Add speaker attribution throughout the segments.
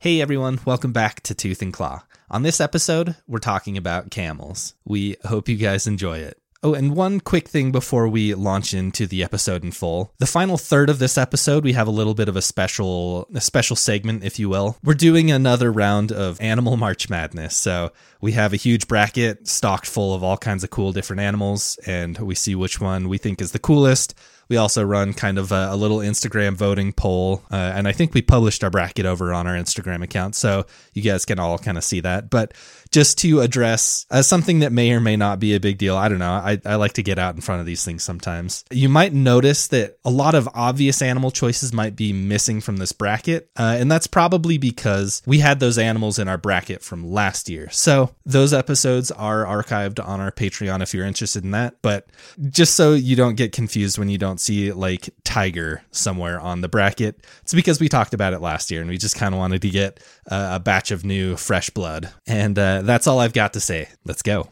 Speaker 1: Hey everyone, welcome back to Tooth and Claw. On this episode, we're talking about camels. We hope you guys enjoy it. Oh, and one quick thing before we launch into the episode in full. The final third of this episode, we have a little bit of a special a special segment, if you will. We're doing another round of Animal March Madness. So, we have a huge bracket stocked full of all kinds of cool different animals and we see which one we think is the coolest. We also run kind of a, a little Instagram voting poll, uh, and I think we published our bracket over on our Instagram account, so you guys can all kind of see that. But just to address uh, something that may or may not be a big deal, I don't know. I, I like to get out in front of these things sometimes. You might notice that a lot of obvious animal choices might be missing from this bracket, uh, and that's probably because we had those animals in our bracket from last year. So those episodes are archived on our Patreon if you're interested in that. But just so you don't get confused when you don't see like tiger somewhere on the bracket, it's because we talked about it last year and we just kind of wanted to get uh, a batch of new fresh blood. And uh, that's all I've got to say. Let's go.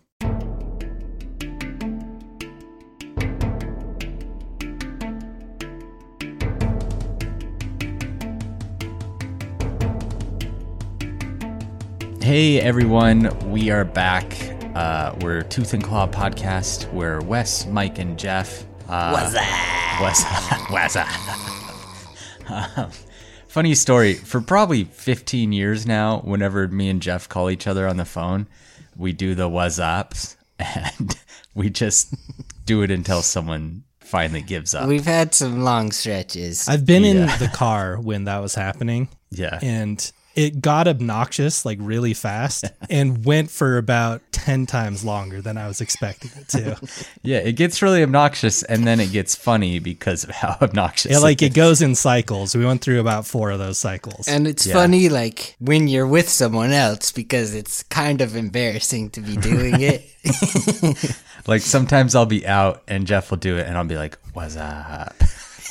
Speaker 2: Hey everyone, we are back. Uh, we're Tooth and Claw podcast. We're Wes, Mike, and Jeff. Uh, what's up? What's up? What's up? um, funny story. For probably 15 years now, whenever me and Jeff call each other on the phone, we do the what's ups, and we just do it until someone finally gives up.
Speaker 3: We've had some long stretches.
Speaker 1: I've been in the car when that was happening.
Speaker 2: yeah.
Speaker 1: and it got obnoxious like really fast and went for about 10 times longer than I was expecting it to.
Speaker 2: Yeah, it gets really obnoxious and then it gets funny because of how obnoxious
Speaker 1: It, like
Speaker 2: it
Speaker 1: it goes in cycles. We went through about four of those cycles.
Speaker 3: and it's funny, like, when you're with someone else because it's kind of embarrassing to be doing it.
Speaker 2: Like sometimes I'll be out and Jeff will do it and I'll be like, "What's up?"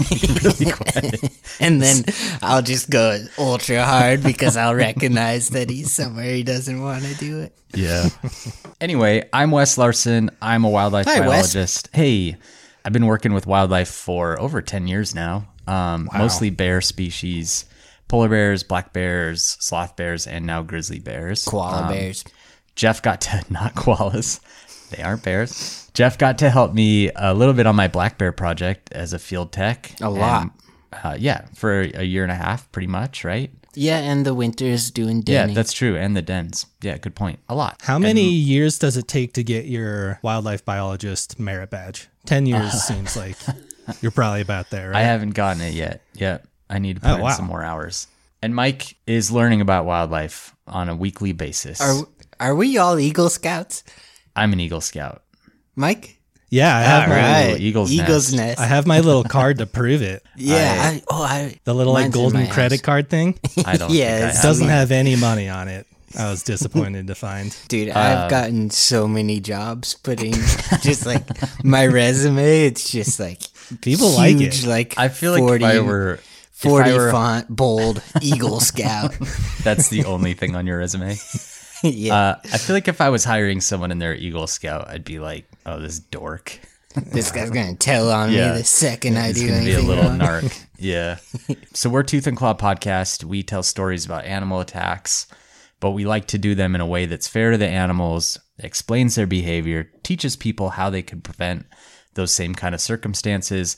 Speaker 2: really quiet.
Speaker 3: and then I'll just go ultra hard because I'll recognize that he's somewhere he doesn't want to do it.
Speaker 2: Yeah. anyway, I'm Wes Larson. I'm a wildlife
Speaker 3: Hi, Wes.
Speaker 2: biologist. Hey, I've been working with wildlife for over 10 years now. Um, mostly bear species, polar bears, black bears, sloth bears, and now grizzly bears.
Speaker 3: Koala bears.
Speaker 2: Jeff got to not koalas. They aren't bears. Jeff got to help me a little bit on my black bear project as a field tech.
Speaker 3: A lot.
Speaker 2: And, uh, yeah, for a year and a half, pretty much, right?
Speaker 3: Yeah, and the winters doing
Speaker 2: Yeah,
Speaker 3: denny.
Speaker 2: that's true. And the dens. Yeah, good point. A lot.
Speaker 1: How many years does it take to get your wildlife biologist merit badge? 10 years seems like you're probably about there,
Speaker 2: I
Speaker 1: right?
Speaker 2: haven't gotten it yet. Yeah, I need to put
Speaker 1: Oh,
Speaker 2: in
Speaker 1: wow.
Speaker 2: some more hours. And Mike is learning about wildlife on a weekly basis.
Speaker 3: are, are we all Eagle Scouts?
Speaker 2: I'm an Eagle Scout.
Speaker 3: Mike?
Speaker 1: yeah, I have, my,
Speaker 2: right. Eagle's
Speaker 3: Eagle's Nest.
Speaker 1: I have my little card to prove it.
Speaker 3: yeah. I, oh, I.
Speaker 1: The little like
Speaker 3: Mine's in
Speaker 1: golden
Speaker 3: my
Speaker 1: credit
Speaker 3: house.
Speaker 1: card thing
Speaker 2: I don't.
Speaker 3: Yeah,
Speaker 2: think I
Speaker 3: it's-
Speaker 2: have.
Speaker 1: doesn't have any money on it. I was disappointed to find.
Speaker 3: Dude,
Speaker 2: Uh,
Speaker 3: I've gotten so many jobs putting just like my resume. It's just like
Speaker 1: People like it.
Speaker 3: huge, Like
Speaker 2: I feel like
Speaker 3: 40,
Speaker 2: if I were
Speaker 3: 40
Speaker 2: if I were-
Speaker 3: font bold Eagle Scout.
Speaker 2: that's the only thing on your resume.
Speaker 3: yeah,
Speaker 2: Uh, I feel like if I was hiring someone in their Eagle Scout, I'd be like, "Oh, this dork.
Speaker 3: this guy's gonna tell on
Speaker 2: yeah.
Speaker 3: me the second I
Speaker 2: He's
Speaker 3: do
Speaker 2: gonna be a
Speaker 3: anything.
Speaker 2: little
Speaker 3: wrong.
Speaker 2: narc." Yeah. so we're Tooth and Claw podcast. We tell stories about animal attacks, but we like to do them in a way that's fair to the animals, explains their behavior, teaches people how they could prevent those same kind of circumstances.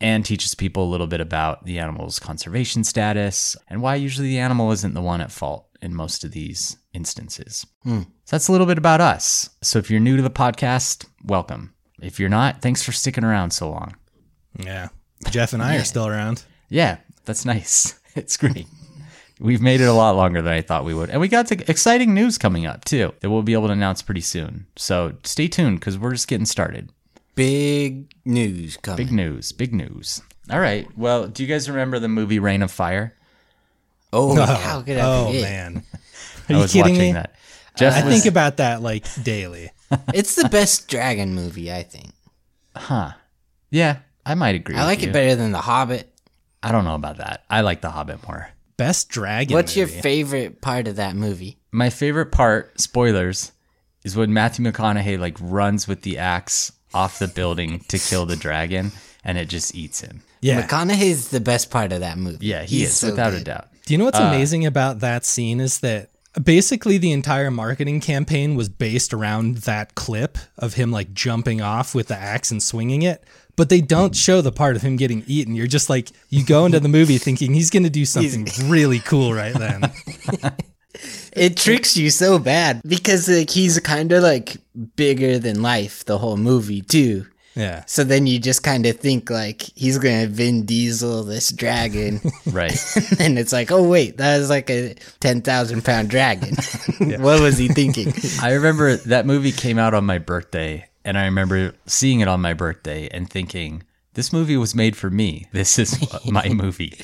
Speaker 2: And teaches people a little bit about the animal's conservation status and why usually the animal isn't the one at fault in most of these instances. So that's a little bit about us. So if you're new to the podcast, welcome. If you're not, thanks for sticking around so long.
Speaker 1: Yeah. Jeff and I are still around.
Speaker 2: Yeah, that's nice. It's great. We've made it a lot longer than I thought we would. And we got to exciting news coming up too that we'll be able to announce pretty soon. So stay tuned because we're just getting started.
Speaker 3: Big news coming.
Speaker 2: Big news, big news. All right. Well, do you guys remember the movie Rain of Fire?
Speaker 3: Oh, how could I
Speaker 1: Oh
Speaker 3: forget?
Speaker 1: man.
Speaker 2: I
Speaker 1: Are you
Speaker 2: was
Speaker 1: kidding
Speaker 2: watching
Speaker 1: me?
Speaker 2: that. Jeff
Speaker 1: I
Speaker 2: was,
Speaker 1: think about that like daily.
Speaker 3: It's the best dragon movie, I think.
Speaker 2: huh? Yeah, I might agree.
Speaker 3: I like it better than The Hobbit.
Speaker 2: I don't know about that. I like The Hobbit more.
Speaker 1: Best dragon.
Speaker 3: What's your
Speaker 1: movie.
Speaker 3: favorite part of that movie?
Speaker 2: my favorite part, spoilers, is when Matthew McConaughey like runs with the axe off the building to kill the dragon and it just eats him.
Speaker 1: yeah.
Speaker 3: McConaughey's the best part of that movie.
Speaker 2: Yeah, he
Speaker 3: He's
Speaker 2: is
Speaker 3: so
Speaker 2: without a
Speaker 3: good.
Speaker 2: doubt.
Speaker 4: Do you know
Speaker 1: Uh,
Speaker 4: what's amazing about that scene is that basically the entire marketing campaign was based around that clip of him like jumping off with the axe and swinging it. But they don't show the part of him getting eaten. You're just like, you go into the movie thinking he's going to do something really cool right then.
Speaker 3: It tricks you so bad because like he's kind of like bigger than life the whole movie too.
Speaker 4: Yeah.
Speaker 3: So then you just kind of think like he's gonna Vin Diesel this dragon,
Speaker 2: Right.
Speaker 3: and it's like, oh wait, that was like a ten thousand pound dragon. what was he thinking?
Speaker 2: I remember that movie came out on my birthday, and I remember seeing it on my birthday and thinking, this movie was made for me. This is my movie.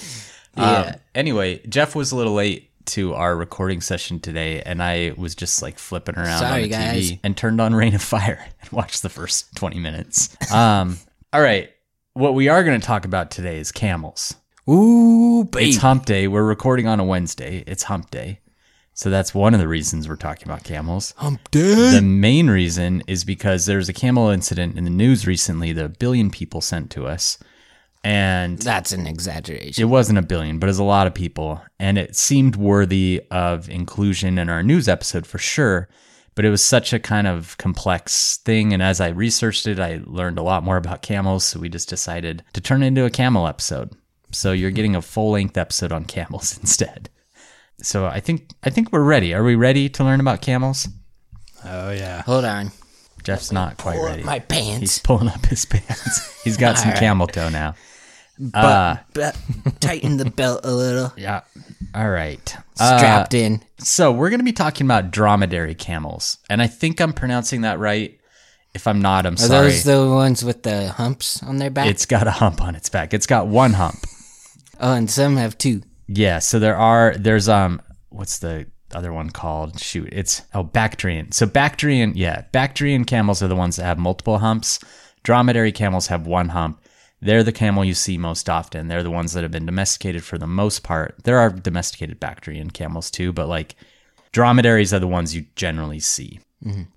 Speaker 2: Um, anyway, Jeff was a little late to our recording session today, and I was just like flipping around on
Speaker 3: Sorry,
Speaker 2: the
Speaker 3: guys.
Speaker 2: TV and turned on Rain of Fire and watched the first 20 minutes. Um, all right. What we are going to talk about today is camels.
Speaker 3: Ooh, baby.
Speaker 2: It's hump day. We're recording on a Wednesday. It's hump day. So that's one of the reasons we're talking about camels.
Speaker 3: Hump day.
Speaker 2: The main reason is because there's a camel incident in the news recently that a billion people sent to us. And
Speaker 3: That's an exaggeration.
Speaker 2: it wasn't a billion, but it was a lot of people. And it seemed worthy of inclusion in our news episode for sure. But it was such a kind of complex thing. And as I researched it, I learned a lot more about camels. So we just decided to turn it into a camel episode. So you're getting a full length episode on camels instead. So I think I think we're ready. Are we ready to learn about camels?
Speaker 4: Oh, yeah.
Speaker 3: Hold on.
Speaker 2: Jeff's not quite
Speaker 3: Pull up
Speaker 2: ready.
Speaker 3: my
Speaker 2: He's
Speaker 3: pants.
Speaker 2: pulling up his pants. He's got some camel toe now.
Speaker 3: But,
Speaker 2: uh,
Speaker 3: but tighten the belt a little.
Speaker 2: Yeah. All right. Uh,
Speaker 3: Strapped in.
Speaker 2: so we're going to be talking about dromedary camels, and I think I'm pronouncing that right. If I'm not, I'm
Speaker 3: Are
Speaker 2: sorry.
Speaker 3: those the ones with the humps on their back?
Speaker 2: it's got a hump on its back. It's got one hump.
Speaker 3: oh, and some have two.
Speaker 2: Yeah. So there are. There's um. What's the other one called? Shoot. It's oh Bactrian. So Bactrian. Yeah. Bactrian camels are the ones that have multiple humps. Dromedary camels have one hump. They're the camel you see most often. They're the ones that have been domesticated for the most part. There are domesticated Bactrian camels too, but like dromedaries are the ones you generally see.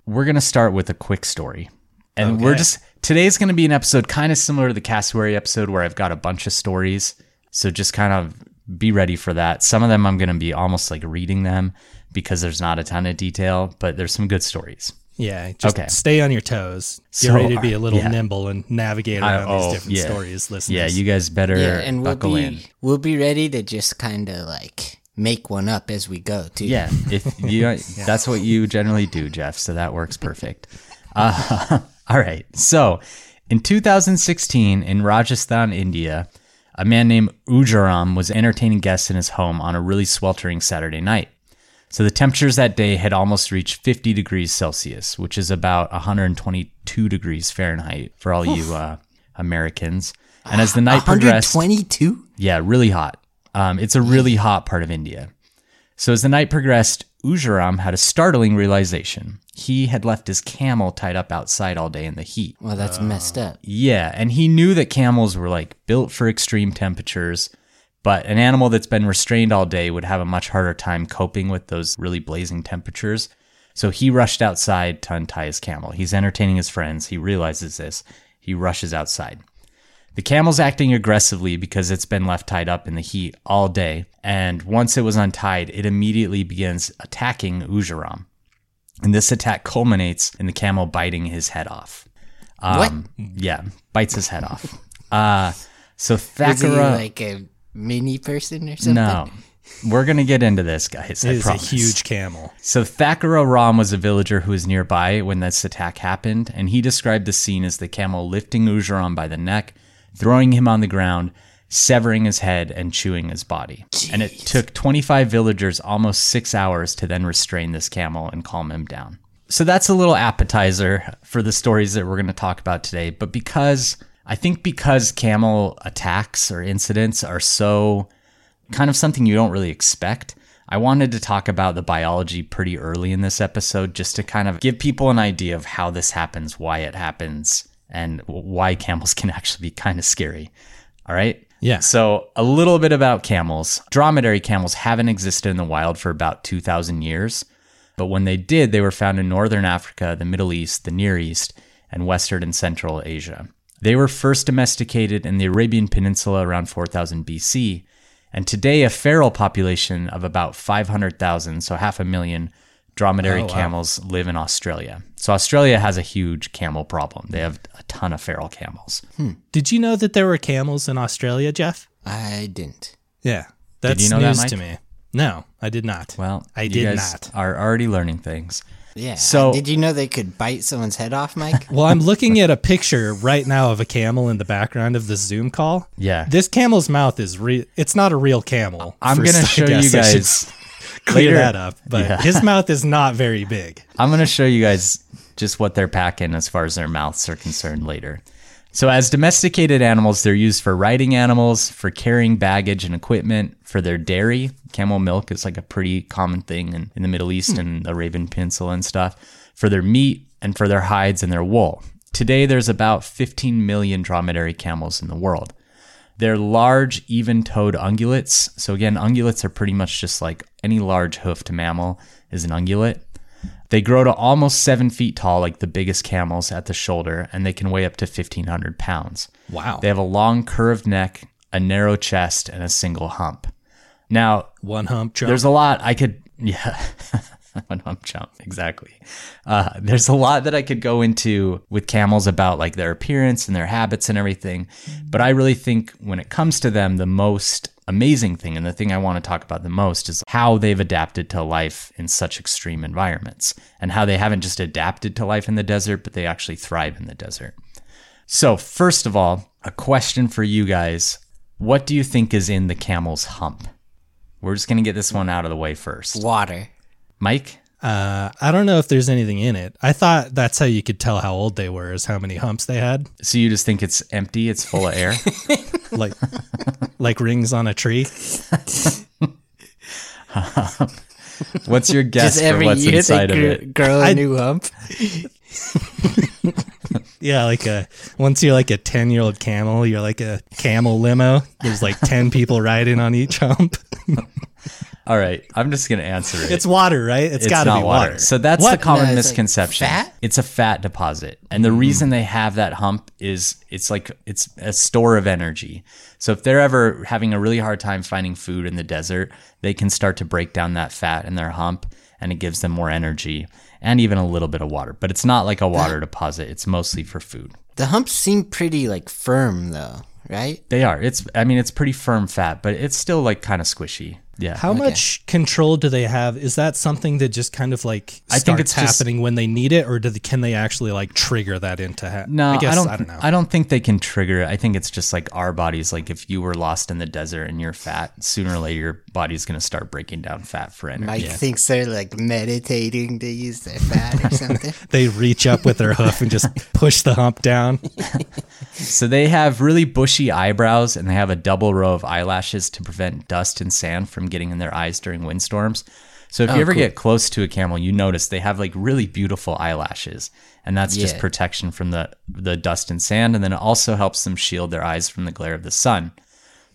Speaker 2: We're going to start with a quick story. And we're just, today's going to be an episode kind of similar to the cassowary episode where I've got a bunch of stories. So just kind of be ready for that. Some of them I'm going to be almost like reading them because there's not a ton of detail, but there's some good stories.
Speaker 4: Yeah. Just
Speaker 2: Okay.
Speaker 4: stay on your toes. Get
Speaker 2: So,
Speaker 4: ready to be a little
Speaker 2: yeah.
Speaker 4: nimble and navigate around
Speaker 2: oh,
Speaker 4: these different
Speaker 2: yeah.
Speaker 4: stories, listeners.
Speaker 2: Yeah, you guys better
Speaker 3: Yeah, and we'll
Speaker 2: buckle
Speaker 3: be
Speaker 2: in.
Speaker 3: we'll be ready to just kind of like make one up as we go too.
Speaker 2: Yeah, if you that's what you generally do, Jeff. So that works perfect. Uh, all right. So, in 2016, in Rajasthan, India, a man named Ujaram was entertaining guests in his home on a really sweltering Saturday night. So the temperatures that day had almost reached 50 degrees Celsius, which is about 122 degrees Fahrenheit for all you uh, Americans. And as the night progressed,
Speaker 3: 122.
Speaker 2: yeah, really hot. Um, it's a really hot part of India. So as the night progressed, Ujaram had a startling realization. He had left his camel tied up outside all day in the heat.
Speaker 3: Well, that's messed up.
Speaker 2: Yeah, and he knew that camels were like built for extreme temperatures, but an animal that's been restrained all day would have a much harder time coping with those really blazing temperatures. So he rushed outside to untie his camel. He's entertaining his friends. He realizes this. He rushes outside. The camel's acting aggressively because it's been left tied up in the heat all day, and once it was untied, it immediately begins attacking Ujaram. And this attack culminates in the camel biting his head off. Um, Yeah, bites his head off. Uh, so
Speaker 3: Is he
Speaker 2: Thakura,
Speaker 3: like a mini person or something?
Speaker 2: no, we're gonna get into this, guys.
Speaker 4: It
Speaker 2: I
Speaker 4: is
Speaker 2: promise.
Speaker 4: a huge camel.
Speaker 2: So Thakura Ram was a villager who was nearby when this attack happened, and he described the scene as the camel lifting Ujaram by the neck, throwing him on the ground, severing his head, and chewing his body. And it took 25 villagers almost six hours to then restrain this camel and calm him down. So that's a little appetizer for the stories that we're going to talk about today. But because I think because camel attacks or incidents are so kind of something you don't really expect. I wanted to talk about the biology pretty early in this episode just to kind of give people an idea of how this happens, why it happens, and w- why camels can actually be kind of scary. All right?
Speaker 4: Yeah.
Speaker 2: So, a little bit about camels. Dromedary camels haven't existed in the wild for about 2,000 years, but when they did, they were found in northern Africa, the Middle East, the Near East, and western and central Asia. They were first domesticated in the Arabian Peninsula around 4000 BC, And today, a feral population of about 500,000, so half a million, dromedary
Speaker 4: Oh, wow.
Speaker 2: camels live in Australia. So, Australia has a huge camel problem. They have a ton of feral camels.
Speaker 4: Did you know that there were camels in Australia, Jeff?
Speaker 3: I didn't.
Speaker 4: Yeah. That's
Speaker 2: you know that,
Speaker 4: news
Speaker 2: Mike?
Speaker 4: to me. No, I did not.
Speaker 2: Well,
Speaker 4: I
Speaker 2: you
Speaker 4: did
Speaker 2: guys
Speaker 4: not.
Speaker 2: Are already learning things.
Speaker 3: Yeah.
Speaker 2: So-
Speaker 3: did you know they could bite someone's head off, Mike?
Speaker 4: Well, I'm looking at a picture right now of a camel in the background of the Zoom call.
Speaker 2: Yeah.
Speaker 4: This camel's mouth is real. It's not a real camel.
Speaker 2: I'm
Speaker 4: First,
Speaker 2: gonna
Speaker 4: I
Speaker 2: show you
Speaker 4: guess I should
Speaker 2: guys.
Speaker 4: clear
Speaker 2: later.
Speaker 4: that up, but
Speaker 2: Yeah.
Speaker 4: his mouth is not very big.
Speaker 2: I'm gonna show you guys just what they're packing as far as their mouths are concerned later. So, as domesticated animals, they're used for riding animals, for carrying baggage and equipment, for their dairy. Camel milk is like a pretty common thing in, in the Middle East
Speaker 4: Hmm.
Speaker 2: and the Arabian Peninsula and stuff, for their meat, and for their hides and their wool. Today, there's about 15 million dromedary camels in the world. They're large, even toed ungulates. So, again, ungulates are pretty much just like any large hoofed mammal is an ungulate. They grow to almost seven feet tall, like the biggest camels at the shoulder, and they can weigh up to 1,500 pounds.
Speaker 4: Wow.
Speaker 2: They have a long, curved neck, a narrow chest, and a single hump. Now,
Speaker 4: One hump truck.
Speaker 2: there's a lot I could, yeah, one hump jump, exactly. Uh, there's a lot that I could go into with camels about like their appearance and their habits and everything. But I really think when it comes to them, the most amazing thing and the thing I want to talk about the most is how they've adapted to life in such extreme environments and how they haven't just adapted to life in the desert, but they actually thrive in the desert. So, first of all, a question for you guys. What do you think is in the camel's hump? We're just going to get this one out of the way first.
Speaker 3: Water.
Speaker 2: Mike?
Speaker 4: uh, I don't know if there's anything in it. I thought that's how you could tell how old they were is how many humps they had,
Speaker 2: So you just think it's empty, it's full of air?
Speaker 4: like like rings on a tree.
Speaker 2: What's your guess
Speaker 3: Just
Speaker 2: for
Speaker 3: every
Speaker 2: what's
Speaker 3: year
Speaker 2: inside
Speaker 3: they
Speaker 2: of
Speaker 3: gr-
Speaker 2: it?
Speaker 3: grow a new hump.
Speaker 4: Yeah, like a once you're like a ten year old camel, you're like a camel limo. There's like ten people riding on each hump.
Speaker 2: All right, I'm just going to answer it.
Speaker 4: It's water, right? it's
Speaker 2: It's
Speaker 4: got to
Speaker 2: not
Speaker 4: be water.
Speaker 2: So that's
Speaker 4: What?
Speaker 2: the common
Speaker 3: No, it's like
Speaker 2: misconception.
Speaker 3: fat?
Speaker 2: It's a fat deposit. And the reason they have that hump is it's like it's a store of energy. So if they're ever having a really hard time finding food in the desert, they can start to break down that fat in their hump and it gives them more energy and even a little bit of water. But it's not like a water deposit. It's mostly for food.
Speaker 3: The humps seem pretty like firm though, right?
Speaker 2: They are. It's I mean it's pretty firm fat, but it's still like kind of squishy. Yeah.
Speaker 4: How much control do they have? Is that something that just kind of like starts
Speaker 2: I think it's just-
Speaker 4: happening when they need it, or do they, can they actually like trigger that into? Ha-
Speaker 2: No,
Speaker 4: I guess I
Speaker 2: don't.
Speaker 4: don't, know.
Speaker 2: I don't think they can trigger it. I think it's just like our bodies. Like if you were lost in the desert and you're fat, sooner or later your body's gonna start breaking down fat for energy.
Speaker 3: Mike thinks they're like meditating to use their fat or something.
Speaker 4: they reach up with their hoof and just push the hump down.
Speaker 2: So they have really bushy eyebrows and they have a double row of eyelashes to prevent dust and sand from getting in their eyes during windstorms. So
Speaker 4: Oh,
Speaker 2: if you ever get close to a camel, you notice they have like really beautiful eyelashes, and that's just
Speaker 3: Yeah.
Speaker 2: protection from the the dust and sand, and then it also helps them shield their eyes from the glare of the sun.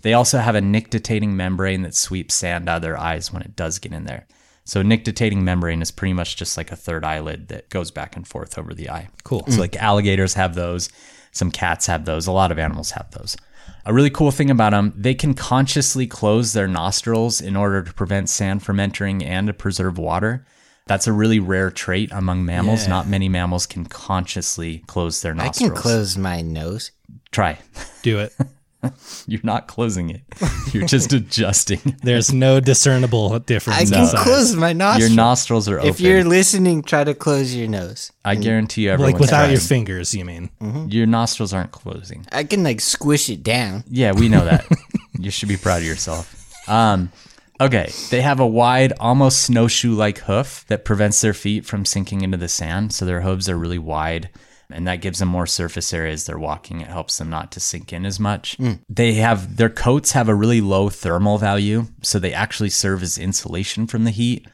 Speaker 2: They also have a nictitating membrane that sweeps sand out of their eyes when it does get in there. So nictitating membrane is pretty much just like a third eyelid that goes back and forth over the eye.
Speaker 4: Cool.
Speaker 2: So like alligators have those, some cats have those, a lot of animals have those. A really cool thing about them, they can consciously close their nostrils in order to prevent sand from entering and to preserve water. That's a really rare trait among mammals. Not many mammals can consciously close their
Speaker 3: I can
Speaker 2: nostrils.
Speaker 3: close my nose.
Speaker 2: Try.
Speaker 4: Do it.
Speaker 2: You're not closing it. You're just adjusting.
Speaker 4: There's no discernible difference.
Speaker 3: I
Speaker 4: in
Speaker 3: can
Speaker 4: size.
Speaker 3: close my
Speaker 2: Your
Speaker 3: nostrils.
Speaker 2: nostrils are open.
Speaker 3: if you're listening, try to close your nose.
Speaker 2: I guarantee you, everyone's
Speaker 4: like without
Speaker 2: trying.
Speaker 4: your Mm-hmm. fingers. You mean?
Speaker 2: your nostrils aren't closing.
Speaker 3: I can like squish it down.
Speaker 2: Yeah, we know that. you should be proud of yourself. Um, okay, they have a wide, almost snowshoe-like hoof that prevents their feet from sinking into the sand, so their hooves are really wide. And that gives them more surface area as they're walking. It helps them not to sink in as much. They have their coats have a really low thermal value, so they actually serve as insulation from the heat,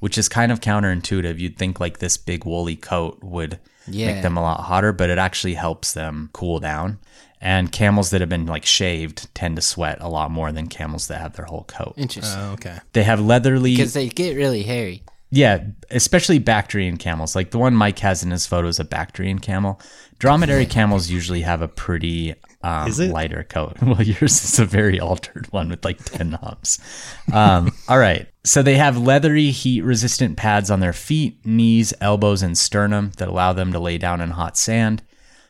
Speaker 2: which is kind of counterintuitive. You'd think like this big woolly coat would make
Speaker 3: Yeah.
Speaker 2: them a lot hotter, but it actually helps them cool down. And camels that have been like shaved tend to sweat a lot more than camels that have their whole coat.
Speaker 3: Interesting.
Speaker 4: Oh, okay.
Speaker 2: They have leathery,
Speaker 3: Because they get really hairy.
Speaker 2: yeah, especially Bactrian camels. Like the one Mike has in his photo is a Bactrian camel. Dromedary camels usually have a pretty um,
Speaker 4: Is it?
Speaker 2: lighter color. Well, yours is a very altered one with like 10 knobs. Um, all right. So they have leathery, heat resistant pads on their feet, knees, elbows, and sternum that allow them to lay down in hot sand.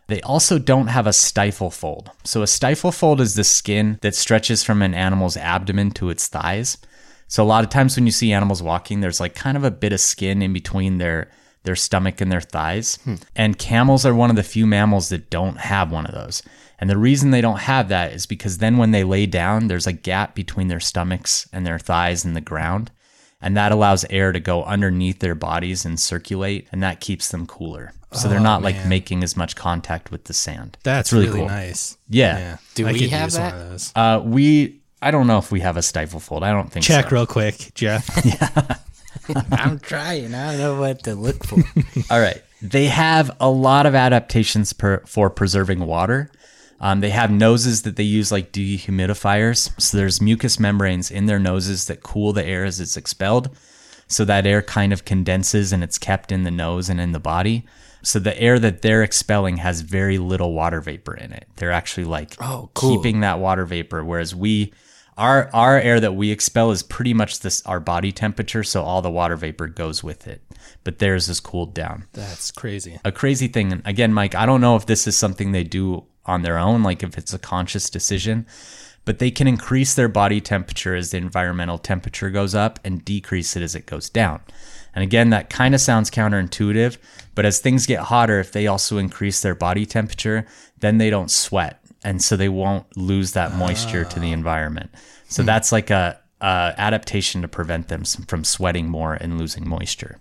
Speaker 2: They also don't have a stifle fold. So, a stifle fold is the skin that stretches from an animal's abdomen to its thighs. So, a lot of times when you see animals walking, there's like kind of a bit of skin in between their their stomach and their thighs. And camels are one of the few mammals that don't have one of those. And the reason they don't have that is because then when they lay down, there's a gap between their stomachs and their thighs and the ground. And that allows air to go underneath their bodies and circulate, and that keeps them cooler. So they're not like making as much contact with the sand.
Speaker 4: Oh, That's
Speaker 2: really
Speaker 4: really,
Speaker 2: cool.
Speaker 4: nice.
Speaker 2: Yeah.
Speaker 3: Do
Speaker 4: I
Speaker 3: we
Speaker 4: could
Speaker 3: have
Speaker 4: use
Speaker 3: that?
Speaker 4: One of those.
Speaker 2: Uh, we, I don't know if we have a stifle fold. I don't think
Speaker 4: Check
Speaker 2: so.
Speaker 4: real quick, Jeff.
Speaker 3: I'm trying. I don't know what to look for.
Speaker 2: All right. They have a lot of adaptations per, for preserving water. Um, they have noses that they use like dehumidifiers. So there's mucous membranes in their noses that cool the air as it's expelled. So that air kind of condenses and it's kept in the nose and in the body. So the air that they're expelling has very little water vapor in it. They're actually like
Speaker 3: Oh, cool.
Speaker 2: keeping that water vapor, whereas we our our air that we expel is pretty much this our body temperature, so all the water vapor goes with it. But theirs is cooled down
Speaker 4: That's crazy.
Speaker 2: a crazy thing. And again, Mike, I don't know if this is something they do on their own, like if it's a conscious decision, but they can increase their body temperature as the environmental temperature goes up and decrease it as it goes down. And again, that kind of sounds counterintuitive, but as things get hotter, if they also increase their body temperature, then they don't sweat. And so they won't lose that moisture to the environment. So that's like a, a adaptation to prevent them s- from sweating more and losing moisture.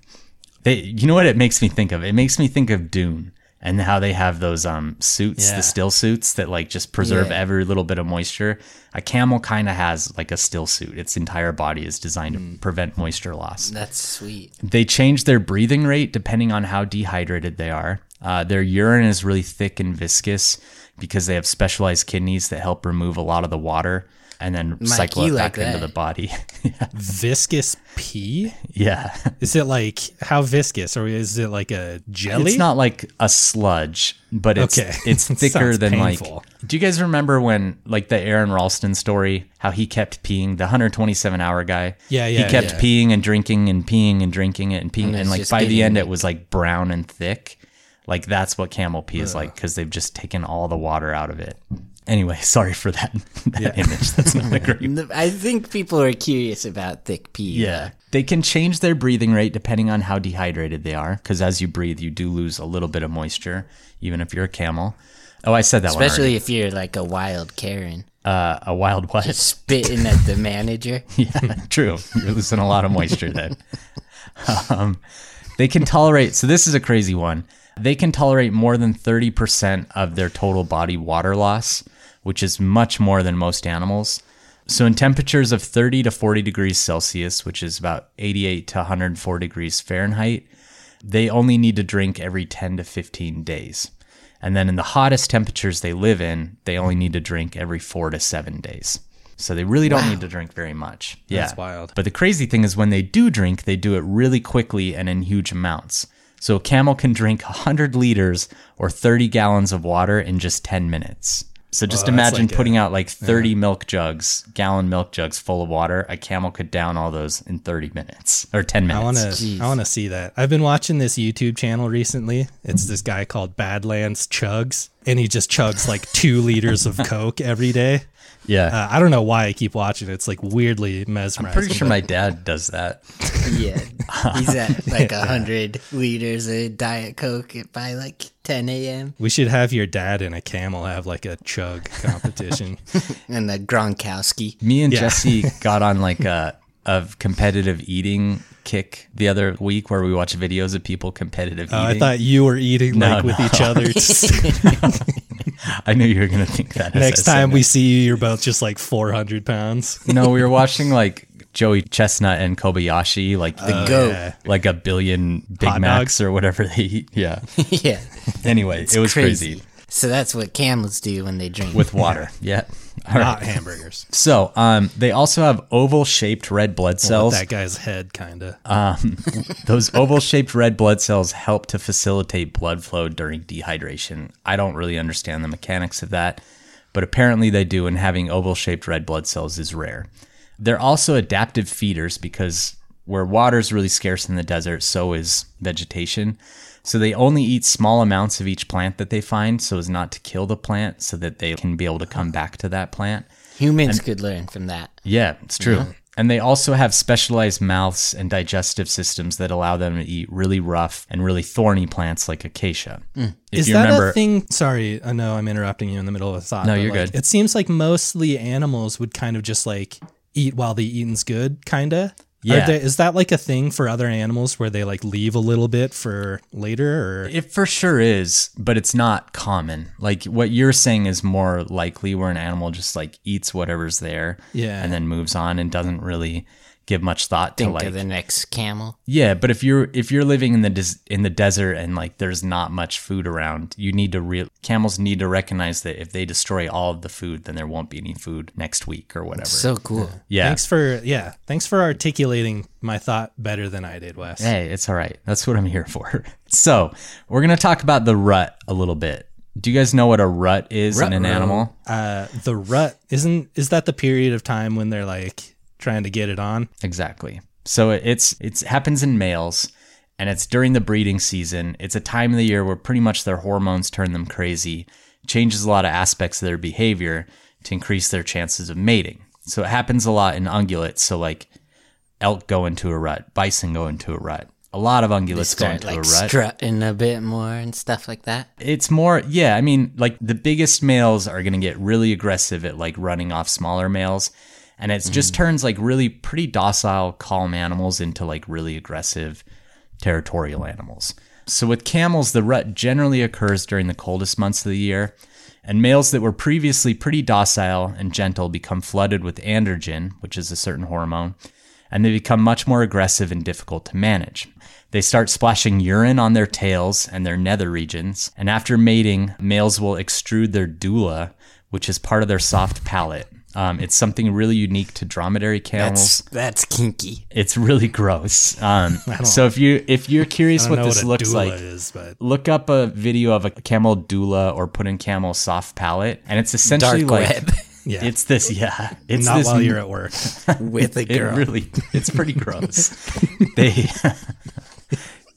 Speaker 2: They, you know what it makes me think of? It makes me think of Dune and how they have those um suits,
Speaker 4: Yeah.
Speaker 2: the still suits that like just preserve
Speaker 3: Yeah.
Speaker 2: every little bit of moisture. A camel kind of has like a still suit. Its entire body is designed
Speaker 3: Hmm.
Speaker 2: to prevent moisture loss.
Speaker 3: That's sweet.
Speaker 2: They change their breathing rate depending on how dehydrated they are. Uh, their urine is really thick and viscous because they have specialized kidneys that help remove a lot of the water and then cycle
Speaker 3: you
Speaker 2: it
Speaker 3: like
Speaker 2: back into
Speaker 3: that.
Speaker 2: the body.
Speaker 4: Viscous pee?
Speaker 2: yeah.
Speaker 4: Is it like how viscous, or is it like a jelly?
Speaker 2: It's not like a sludge, but it's
Speaker 4: Okay.
Speaker 2: it's thicker
Speaker 4: Sounds
Speaker 2: than
Speaker 4: painful.
Speaker 2: like. Do you guys remember when like the Aaron Ralston story? How he kept peeing the 127 hour guy.
Speaker 4: Yeah,
Speaker 2: He
Speaker 4: yeah,
Speaker 2: kept
Speaker 4: yeah.
Speaker 2: peeing and drinking and peeing and drinking it and peeing and,
Speaker 3: it's
Speaker 2: like
Speaker 3: just
Speaker 2: by the
Speaker 3: getting,
Speaker 2: end
Speaker 3: like-
Speaker 2: it was like brown and thick. Like that's what camel pee is like because they've just taken all the water out of it. Anyway, sorry for that, that image. That's not a great
Speaker 3: I think people are curious about thick pee.
Speaker 2: yeah. They can change their breathing rate depending on how dehydrated they are, because as you breathe, you do lose a little bit of moisture, even if you're a camel. Oh, I said that
Speaker 3: Especially if you're like a wild Karen
Speaker 2: one already. Uh, a wild what?
Speaker 3: spitting at the manager.
Speaker 2: yeah, true. You're losing a lot of moisture then. Um, they can tolerate, so this is a crazy one. They can tolerate more than 30% of their total body water loss, which is much more than most animals. So, in temperatures of 30 to 40 degrees Celsius, which is about 88 to 104 degrees Fahrenheit, they only need to drink every 10 to 15 days. And then in the hottest temperatures they live in, they only need to drink every four to seven days. So they really don't need to drink very much. Yeah.
Speaker 4: That's wild.
Speaker 2: But the crazy thing is when they do drink, they do it really quickly and in huge amounts. So a camel can drink 100 liters or 30 gallons of water in just 10 minutes. So just imagine
Speaker 4: like a-
Speaker 2: putting out like 30 milk jugs, gallon milk jugs full of water. A camel could down all those in 30 minutes or 10 minutes.
Speaker 4: I want to.
Speaker 3: Jeez.
Speaker 4: I want to see that. I've been watching this YouTube channel recently. It's this guy called Badlands Chugs, and he just chugs like two liters of Coke every day.
Speaker 2: yeah.
Speaker 4: Uh, I don't know why I keep watching it. It's like weirdly mesmerizing.
Speaker 2: Pretty sure my dad does that.
Speaker 3: Yeah. He's at like a 100 liters of Diet Coke at- by like 10 a.m.
Speaker 4: we should have your dad and a camel have like a chug competition.
Speaker 3: And the Gronkowski.
Speaker 2: Me and
Speaker 4: Yeah.
Speaker 2: Jesse got on like a of competitive eating kick the other week where we watch videos of people competitive
Speaker 4: Uh, I
Speaker 2: eating.
Speaker 4: thought you were eating
Speaker 2: No,
Speaker 4: like with each other. Just-
Speaker 2: I knew you were gonna think that. as I
Speaker 4: Next
Speaker 2: said
Speaker 4: time
Speaker 2: it.
Speaker 4: we see you, you're both just like 400 pounds.
Speaker 2: no, we were watching like Joey Chestnut and Kobayashi, like the
Speaker 3: Go.
Speaker 4: Oh, yeah.
Speaker 2: like a billion Big
Speaker 4: Hot
Speaker 2: Macs or whatever they eat. Yeah.
Speaker 3: yeah.
Speaker 2: Anyway, it was crazy.
Speaker 3: So that's what camels do when they drink.
Speaker 2: with water. Yeah. All right.
Speaker 4: Not hamburgers.
Speaker 2: So, um, they also have oval-shaped red blood cells.
Speaker 4: That guy's head, kind of.
Speaker 2: Those oval shaped red blood cells help to facilitate blood flow during dehydration. I don't really understand the mechanics of that, but apparently they do, and having oval shaped red blood cells is rare. They're also adaptive feeders because where water is really scarce in the desert, so is vegetation. So they only eat small amounts of each plant that they find so as not to kill the plant so that they can be able to come back to that plant.
Speaker 3: Humans could learn from that.
Speaker 2: Yeah, it's true. And they also have specialized mouths and digestive systems that allow them to eat really rough and really thorny plants like acacia. If
Speaker 4: Hmm. Is that a thing? Sorry, I know I'm interrupting you in the middle of a thought.
Speaker 2: No,
Speaker 4: but,
Speaker 2: you're
Speaker 4: like,
Speaker 2: good.
Speaker 4: It seems like mostly animals would kind of just like eat while the eating's good, kind of.
Speaker 2: Yeah.
Speaker 4: is that like a thing for other animals where they like leave a little bit for later? Or
Speaker 2: It for sure is, but it's not common. Like what you're saying is more likely where an animal just like eats whatever's there
Speaker 4: Yeah.
Speaker 2: and then moves on and doesn't really give much thought to
Speaker 3: Think
Speaker 2: like
Speaker 3: of the next camel.
Speaker 2: Yeah, but if you're if you're living in the des- in the desert and like there's not much food around, you need to real camels need to recognize that if they destroy all of the food, then there won't be any food next week or whatever.
Speaker 3: So cool.
Speaker 2: yeah.
Speaker 4: thanks for yeah, thanks for articulating my thought better than I did, Wes.
Speaker 2: Hey, it's all right. That's what I'm here for. So, we're going to talk about the rut a little bit. Do you guys know what a rut is in an animal?
Speaker 4: Uh, the rut isn't is that the period of time when they're like trying to get it on?
Speaker 2: Exactly. So it- it's it's happens in males and it's during the breeding season. It's a time of the year where pretty much their hormones turn them crazy, changes a lot of aspects of their behavior to increase their chances of mating. So it happens a lot in ungulates, so like elk go into a rut, bison go into a rut. A lot of ungulates go
Speaker 3: Start
Speaker 2: into a
Speaker 3: like
Speaker 2: rut.
Speaker 3: strutting a bit more and stuff like that.
Speaker 2: It's more, yeah. I mean, like the biggest males are going to get really aggressive at like running off smaller males. And it just turns like really pretty docile, calm animals into like really aggressive, territorial animals. So with camels, the rut generally occurs during the coldest months of the year. And males that were previously pretty docile and gentle become flooded with androgen, which is a certain hormone, and they become much more aggressive and difficult to manage. They start splashing urine on their tails and their nether regions, and after mating, males will extrude their doula, which is part of their soft palate. Um, it's something really unique to dromedary camels.
Speaker 3: That's that's kinky.
Speaker 2: it's really gross. Um, so if you if you're curious
Speaker 4: I
Speaker 2: what
Speaker 4: don't know what
Speaker 2: this
Speaker 4: a
Speaker 2: looks
Speaker 4: doula
Speaker 2: like,
Speaker 4: is, but
Speaker 2: look up a video of a camel doula or put in camel soft palate, and it's essentially
Speaker 3: Dark
Speaker 2: like
Speaker 3: web
Speaker 4: yeah,
Speaker 2: it's this. Yeah, it's
Speaker 4: not
Speaker 2: this
Speaker 4: while you're at work.
Speaker 3: with a
Speaker 2: it
Speaker 3: girl.
Speaker 2: really it's pretty gross they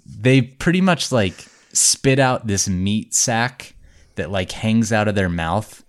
Speaker 2: they pretty much like spit out this meat sack that like hangs out of their mouth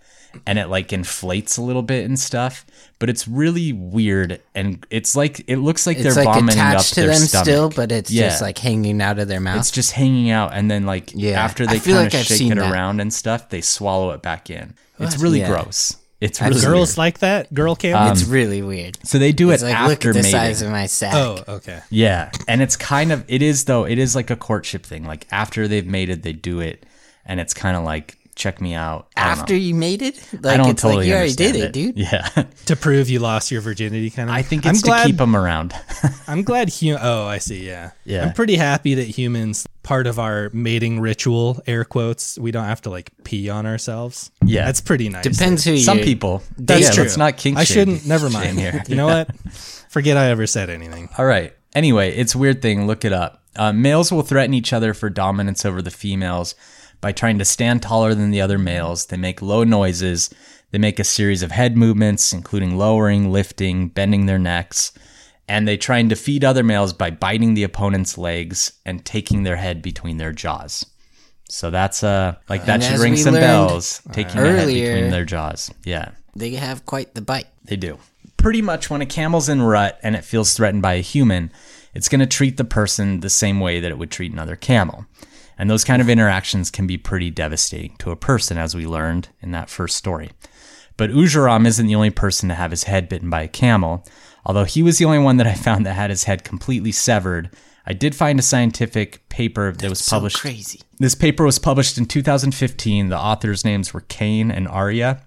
Speaker 2: and it like inflates a little bit and stuff but it's really weird and it's like it looks like
Speaker 3: it's
Speaker 2: they're
Speaker 3: like
Speaker 2: vomiting up
Speaker 3: attached to
Speaker 2: their
Speaker 3: them
Speaker 2: stomach
Speaker 3: still, but it's
Speaker 2: Yeah.
Speaker 3: just like hanging out of their mouth.
Speaker 2: it's just hanging out and then like
Speaker 3: Yeah,
Speaker 2: after
Speaker 3: I
Speaker 2: they
Speaker 3: feel
Speaker 2: kind
Speaker 3: like
Speaker 2: of
Speaker 3: I've
Speaker 2: shake
Speaker 3: seen
Speaker 2: it
Speaker 3: that.
Speaker 2: around and stuff they swallow it back in it's really
Speaker 3: Yeah.
Speaker 2: gross it's really
Speaker 4: Girls
Speaker 2: weird.
Speaker 4: like that, girl
Speaker 2: um,
Speaker 4: camels.
Speaker 3: it's really weird.
Speaker 2: so they do
Speaker 3: It's
Speaker 2: it
Speaker 3: like look
Speaker 2: after
Speaker 3: at the
Speaker 2: mating.
Speaker 3: size of my sack.
Speaker 4: oh, okay.
Speaker 2: Yeah. And it's kind of, it is though, it is like a courtship thing. Like after they've mated, they do it. And it's kind of like, check me out. I don't know.
Speaker 3: After you mated, like
Speaker 2: I don't
Speaker 3: it's
Speaker 2: totally
Speaker 3: like you already did it,
Speaker 2: understand
Speaker 3: dude.
Speaker 2: Yeah.
Speaker 4: to prove you lost your virginity kind of
Speaker 2: I think
Speaker 4: I'm
Speaker 2: it's
Speaker 4: glad
Speaker 2: to keep them around.
Speaker 4: I'm glad hu- oh I see yeah
Speaker 2: Yeah.
Speaker 4: I'm pretty happy that humans part of our mating ritual air quotes we don't have to like pee on ourselves
Speaker 2: Yeah.
Speaker 4: that's pretty nice
Speaker 3: Depends who you.
Speaker 2: Some people.
Speaker 4: that's
Speaker 2: yeah,
Speaker 4: true
Speaker 2: Let's not kink
Speaker 4: I
Speaker 2: shame
Speaker 4: shouldn't never mind
Speaker 2: shame here.
Speaker 4: you know what forget I ever said anything
Speaker 2: All right. Anyway, it's a weird thing. Look it up. Uh, males will threaten each other for dominance over the females by trying to stand taller than the other males. They make low noises. They make a series of head movements, including lowering, lifting, bending their necks. And they try and defeat other males by biting the opponent's legs and taking their head between their jaws. So that's uh like that
Speaker 3: And
Speaker 2: should
Speaker 3: as
Speaker 2: ring
Speaker 3: we
Speaker 2: some
Speaker 3: learned
Speaker 2: bells. Taking their head between
Speaker 3: earlier-
Speaker 2: their jaws. Yeah.
Speaker 3: They have quite the bite.
Speaker 2: They do. Pretty much when a camel's in rut and it feels threatened by a human, it's going to treat the person the same way that it would treat another camel. And those kind of interactions can be pretty devastating to a person, as we learned in that first story. But Ujaram isn't the only person to have his head bitten by a camel. Although he was the only one that I found that had his head completely severed, I did find a scientific paper that was
Speaker 3: So
Speaker 2: published
Speaker 3: crazy.
Speaker 2: this paper was published in 2015. The authors' names were Kane and Arya,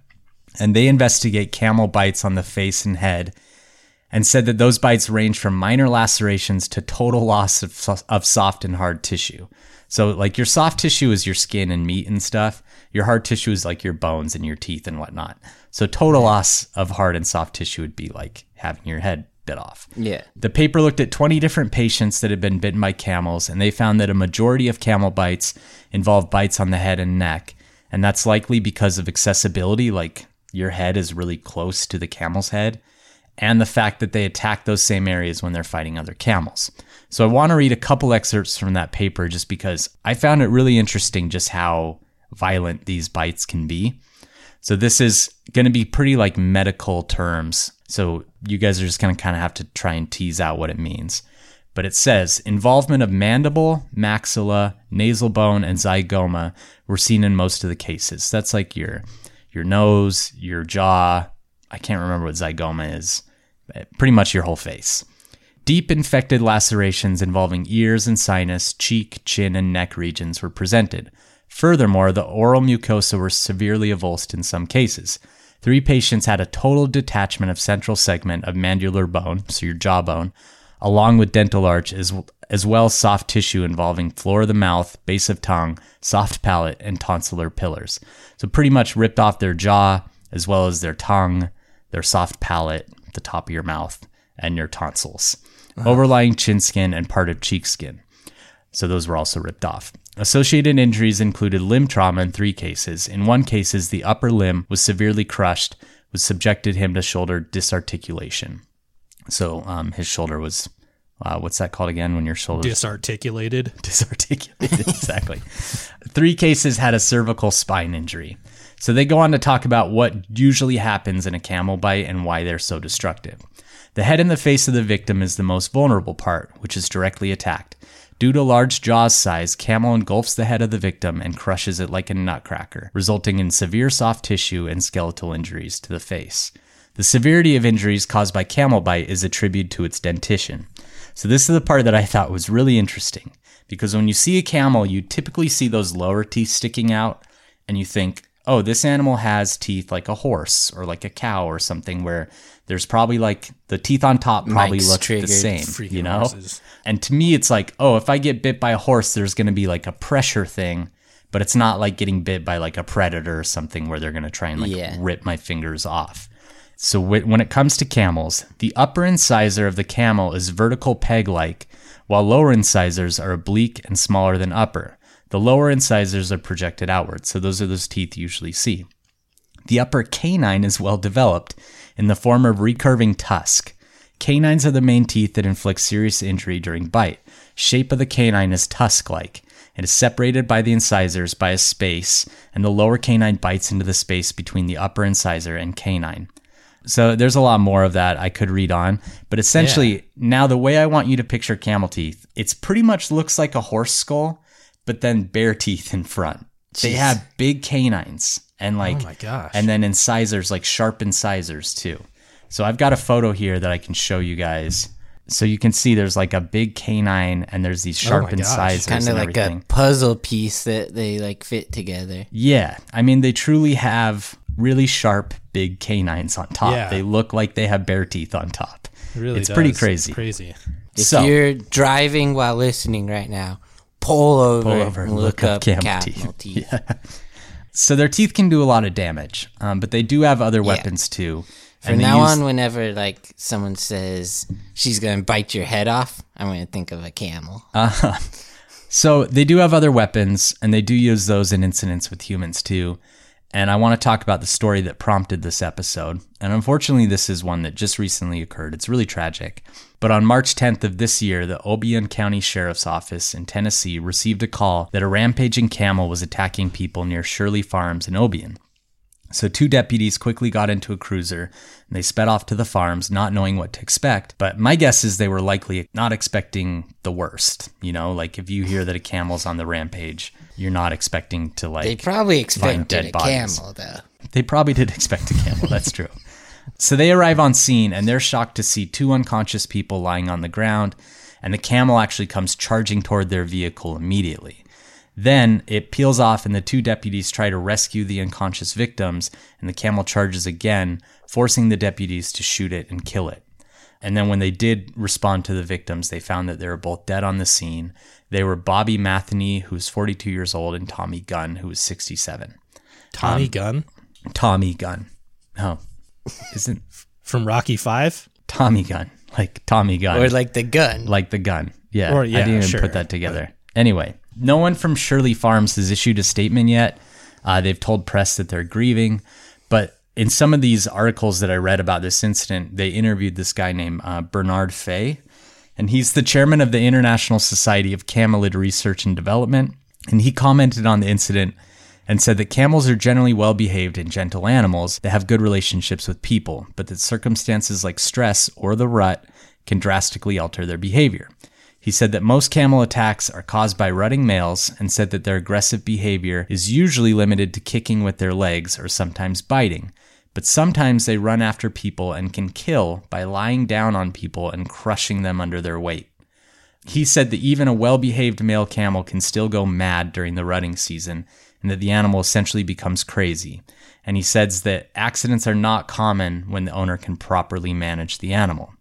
Speaker 2: and they investigate camel bites on the face and head and said that those bites range from minor lacerations to total loss of, so- of soft and hard tissue. So, like, your soft tissue is your skin and meat and stuff. Your hard tissue is like your bones and your teeth and whatnot. So, total loss of hard and soft tissue would be like having your head bit off.
Speaker 3: Yeah.
Speaker 2: The paper looked at 20 different patients that had been bitten by camels, and they found that a majority of camel bites involve bites on the head and neck. And that's likely because of accessibility, like your head is really close to the camel's head, and the fact that they attack those same areas when they're fighting other camels. So I want to read a couple excerpts from that paper just because I found it really interesting just how violent these bites can be. So this is going to be pretty like medical terms. So you guys are just going to kind of have to try and tease out what it means. But it says involvement of mandible, maxilla, nasal bone, and zygoma were seen in most of the cases. That's like your your nose, your jaw. I can't remember what zygoma is. but Pretty much your whole face. Deep infected lacerations involving ears and sinus, cheek, chin, and neck regions were presented. Furthermore, the oral mucosa were severely avulsed in some cases. Three patients had a total detachment of central segment of mandibular bone, so your jawbone, along with dental arch, as, as well as soft tissue involving floor of the mouth, base of tongue, soft palate, and tonsillar pillars. So pretty much ripped off their jaw, as well as their tongue, their soft palate, the top of your mouth, and your tonsils, Uh-huh. overlying chin skin, and part of cheek skin. So those were also ripped off. Associated injuries included limb trauma in three cases. In one cases, the upper limb was severely crushed, which subjected him to shoulder disarticulation. So um, his shoulder was, uh, what's that called again? When your shoulder
Speaker 1: Disarticulated.
Speaker 2: disarticulated. exactly. Three cases had a cervical spine injury. So they go on to talk about what usually happens in a camel bite and why they're so destructive. The head and the face of the victim is the most vulnerable part, which is directly attacked. Due to large jaw's size, camel engulfs the head of the victim and crushes it like a nutcracker, resulting in severe soft tissue and skeletal injuries to the face. The severity of injuries caused by camel bite is attributed to its dentition. So this is the part that I thought was really interesting because when you see a camel, you typically see those lower teeth sticking out and you think, "Oh, this animal has teeth like a horse or like a cow or something where there's probably like the teeth on top probably
Speaker 3: Mike's
Speaker 2: look the
Speaker 3: triggered
Speaker 2: same,
Speaker 1: freaking
Speaker 2: you know?"
Speaker 1: horses.
Speaker 2: And to me it's like, "Oh, if I get bit by a horse, there's going to be like a pressure thing." But it's not like getting bit by like a predator or something where they're going to try and like
Speaker 3: Yeah.
Speaker 2: rip my fingers off. So wh- when it comes to camels, the upper incisor of the camel is vertical peg-like, while lower incisors are oblique and smaller than upper. The lower incisors are projected outward, so those are those teeth you usually see. The upper canine is well developed in the form of recurving tusk. Canines are the main teeth that inflict serious injury during bite. Shape of the canine is tusk-like. It is separated by the incisors by a space, and the lower canine bites into the space between the upper incisor and canine. So there's a lot more of that I could read on, but essentially now the way I want you to picture camel teeth, it's pretty much looks like a horse skull, but then bare teeth in front. They have big canines and like
Speaker 1: my gosh.
Speaker 2: and then incisors like sharp incisors too. So I've got a photo here that I can show you guys. So you can see there's like a big canine and there's these
Speaker 1: Oh
Speaker 2: sharp
Speaker 1: my gosh.
Speaker 2: incisors
Speaker 3: Kind of
Speaker 2: and
Speaker 3: like
Speaker 2: everything.
Speaker 3: a puzzle piece that they like fit together.
Speaker 2: Yeah. I mean, they truly have really sharp, big canines on top.
Speaker 1: Yeah.
Speaker 2: They look like they have bear teeth on top.
Speaker 1: It really
Speaker 2: it's pretty
Speaker 1: does.
Speaker 2: crazy.
Speaker 1: It's crazy.
Speaker 3: If
Speaker 2: So-
Speaker 3: you're driving while listening right now, pull over,
Speaker 2: over
Speaker 3: and look, up camel, teeth.
Speaker 2: so their teeth can do a lot of damage, um, but they do have other weapons too.
Speaker 3: From now on, whenever like someone says she's gonna bite your head off, I'm gonna think of a camel.
Speaker 2: Uh, So they do have other weapons, and they do use those in incidents with humans too. And I want to talk about the story that prompted this episode. And unfortunately, this is one that just recently occurred. It's really tragic. But on March 10th of this year, the Obion County Sheriff's Office in Tennessee received a call that a rampaging camel was attacking people near Shirley Farms in Obion. So two deputies quickly got into a cruiser and they sped off to the farms, not knowing what to expect. But my guess is they were likely not expecting the worst. You know, like if you hear that a camel's on the rampage, you're not expecting to like
Speaker 3: They probably
Speaker 2: dead
Speaker 3: expected a
Speaker 2: bodies.
Speaker 3: camel though.
Speaker 2: they probably did expect a camel. That's true. So they arrive on scene and they're shocked to see two unconscious people lying on the ground, and the camel actually comes charging toward their vehicle immediately. Then it peels off, and the two deputies try to rescue the unconscious victims, and the camel charges again, forcing the deputies to shoot it and kill it. And then when they did respond to the victims, they found that they were both dead on the scene. They were Bobby Matheny, who was 42 years old, and Tommy Gunn, who was 67. Um,
Speaker 1: Tommy Gunn
Speaker 2: Tommy Gun. Oh, isn't
Speaker 1: from Rocky Five.
Speaker 2: Tommy Gun like Tommy Gun?
Speaker 3: Or
Speaker 2: like,
Speaker 3: like the gun.
Speaker 2: the gun. Yeah,
Speaker 1: Or-
Speaker 2: I
Speaker 1: yeah,
Speaker 2: didn't even
Speaker 1: sure.
Speaker 2: put that together. Anyway, no one from Shirley Farms has issued a statement yet. Uh, they've told press that they're grieving, but in some of these articles that I read about this incident, they interviewed this guy named uh, Bernard Fay, and he's the chairman of the International Society of Camelid Research and Development. And he commented on the incident and said that camels are generally well behaved and gentle animals that have good relationships with people, but that circumstances like stress or the rut can drastically alter their behavior. He said that most camel attacks are caused by rutting males and said that their aggressive behavior is usually limited to kicking with their legs or sometimes biting. But sometimes they run after people and can kill by lying down on people and crushing them under their weight. He said that even a well behaved male camel can still go mad during the rutting season and that the animal essentially becomes crazy. And he says that accidents are not common when the owner can properly manage the animal.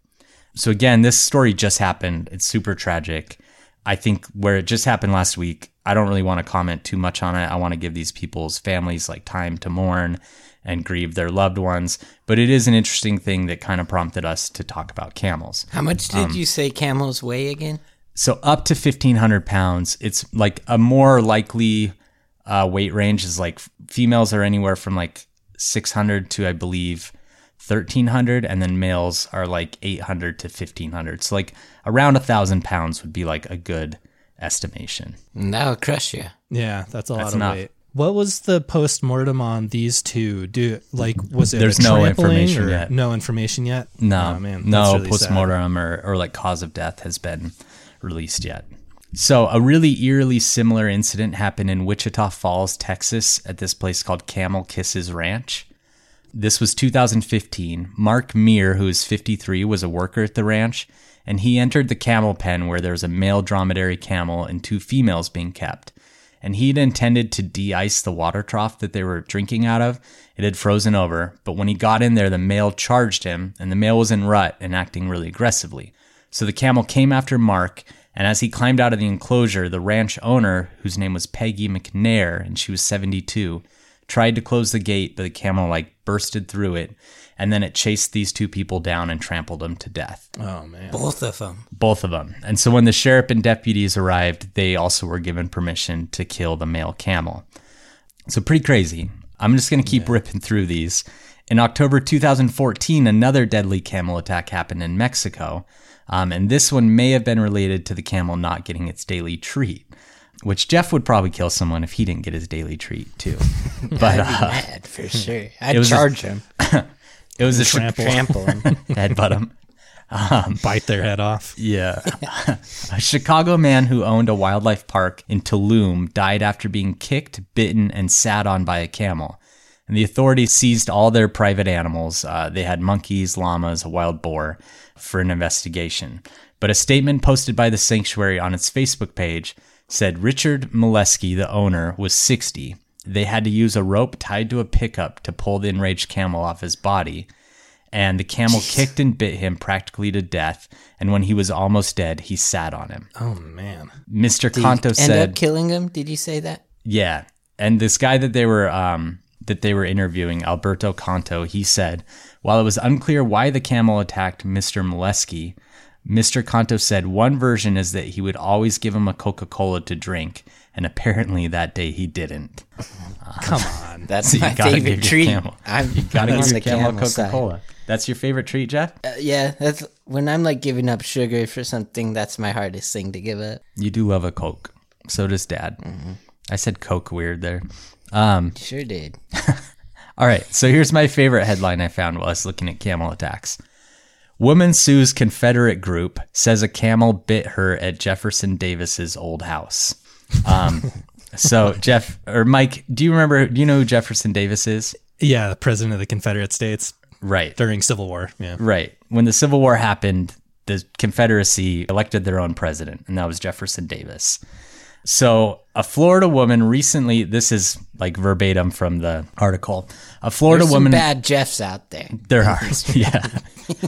Speaker 2: So again, this story just happened. It's super tragic. I think where it just happened last week, I don't really want to comment too much on it. I want to give these people's families like time to mourn and grieve their loved ones. But it is an interesting thing that kind of prompted us to talk about camels.
Speaker 3: How much did
Speaker 2: Um,
Speaker 3: you say camels weigh again?
Speaker 2: So up to 1500 pounds, it's like a more likely uh, weight range is like females are anywhere from like 600 to I believe 1300 and then males are like 800 to 1500. So like around a thousand pounds would be like a good estimation.
Speaker 3: And that'll crush you.
Speaker 1: Yeah, that's a lot
Speaker 2: That's
Speaker 1: of
Speaker 2: enough.
Speaker 1: weight. What was the post mortem on these two? Do like was it
Speaker 2: There's
Speaker 1: a
Speaker 2: no
Speaker 1: trampling
Speaker 2: information
Speaker 1: or
Speaker 2: yet.
Speaker 1: No information yet.
Speaker 2: No,
Speaker 1: Oh, man,
Speaker 2: no
Speaker 1: that's really sad.
Speaker 2: postmortem or, or like cause of death has been released yet. So a really eerily similar incident happened in Wichita Falls, Texas, at this place called Camel Kisses Ranch. This was 2015. Mark Meir, who is 53, was a worker at the ranch, and he entered the camel pen where there was a male dromedary camel and two females being kept. And he'd intended to de ice the water trough that they were drinking out of. It had frozen over, but when he got in there, the male charged him, and the male was in rut and acting really aggressively. So the camel came after Mark, and as he climbed out of the enclosure, the ranch owner, whose name was Peggy McNair, and she was 72, tried to close the gate, but the camel like bursted through it, and then it chased these two people down and trampled them to death,
Speaker 1: Oh man,
Speaker 3: Both of them.
Speaker 2: both of them. And so when the sheriff and deputies arrived, they also were given permission to kill the male camel. So pretty crazy. I'm just going to keep ripping through these. In October 2014, another deadly camel attack happened in Mexico. Um, and this one may have been related to the camel not getting its daily treat, which Jeff would probably kill someone if he didn't get his daily treat, too. But
Speaker 3: I'd be mad for sure. I'd
Speaker 2: Uh-huh. was a-
Speaker 3: charge him,
Speaker 2: It was a
Speaker 1: trample,
Speaker 3: trample him.
Speaker 2: headbutt him.
Speaker 1: bite their head off.
Speaker 2: Yeah. a Chicago man who owned a wildlife park in Tulum died after being kicked, bitten, and sat on by a camel. And the authorities seized all their private animals. Uh, they had monkeys, llamas, a wild boar for an investigation. But a statement posted by the sanctuary on its Facebook page said Richard Molesky, the owner, was 60. They had to use a rope tied to a pickup to pull the enraged camel off his body and the camel kicked and bit him practically to death. And when he was almost dead, he sat on him.
Speaker 1: Oh man,
Speaker 2: Mr.
Speaker 3: Did
Speaker 2: Kanto
Speaker 3: you end
Speaker 2: said,
Speaker 3: up killing him? Did you say that?
Speaker 2: "Yeah." And this guy that they were um, that they were interviewing, Alberto Kanto, he said, while it was unclear why the camel attacked Mr. Molesky, Mr. Kanto said one version is that he would always give him a Coca Cola to drink, and apparently that day he didn't.
Speaker 1: come on.
Speaker 3: That's
Speaker 2: So you
Speaker 3: my
Speaker 2: gotta
Speaker 3: favorite
Speaker 2: give your
Speaker 3: treat.
Speaker 2: camel-
Speaker 3: I'm,
Speaker 2: Gotta give
Speaker 3: I'm on
Speaker 2: the
Speaker 3: the
Speaker 2: camel
Speaker 3: camel,
Speaker 2: Coca
Speaker 3: side.
Speaker 2: Cola. That's your favorite treat, Jeff?
Speaker 3: Uh, yeah, that's when I'm like giving up sugar for something. That's my hardest thing to give up.
Speaker 2: You do love a Coke. So does Dad.
Speaker 3: Mm-hmm.
Speaker 2: I said Coke weird there. Um,
Speaker 3: Sure did.
Speaker 2: all right. So here's my favorite headline I found while I was looking at camel attacks. Woman sues Confederate group, says a camel bit her at Jefferson Davis's old house. Um, so Jeff or Mike, do you remember? Do you know who Jefferson Davis is?
Speaker 1: Yeah, the president of the Confederate States
Speaker 2: Right.
Speaker 1: during Civil War. Yeah,
Speaker 2: Right. When the Civil War happened, the Confederacy elected their own president, and that was Jefferson Davis. So, a Florida woman recently, this is like verbatim from the article. A Florida
Speaker 3: There's some
Speaker 2: woman,
Speaker 3: bad Jeffs out there.
Speaker 2: there are, yeah.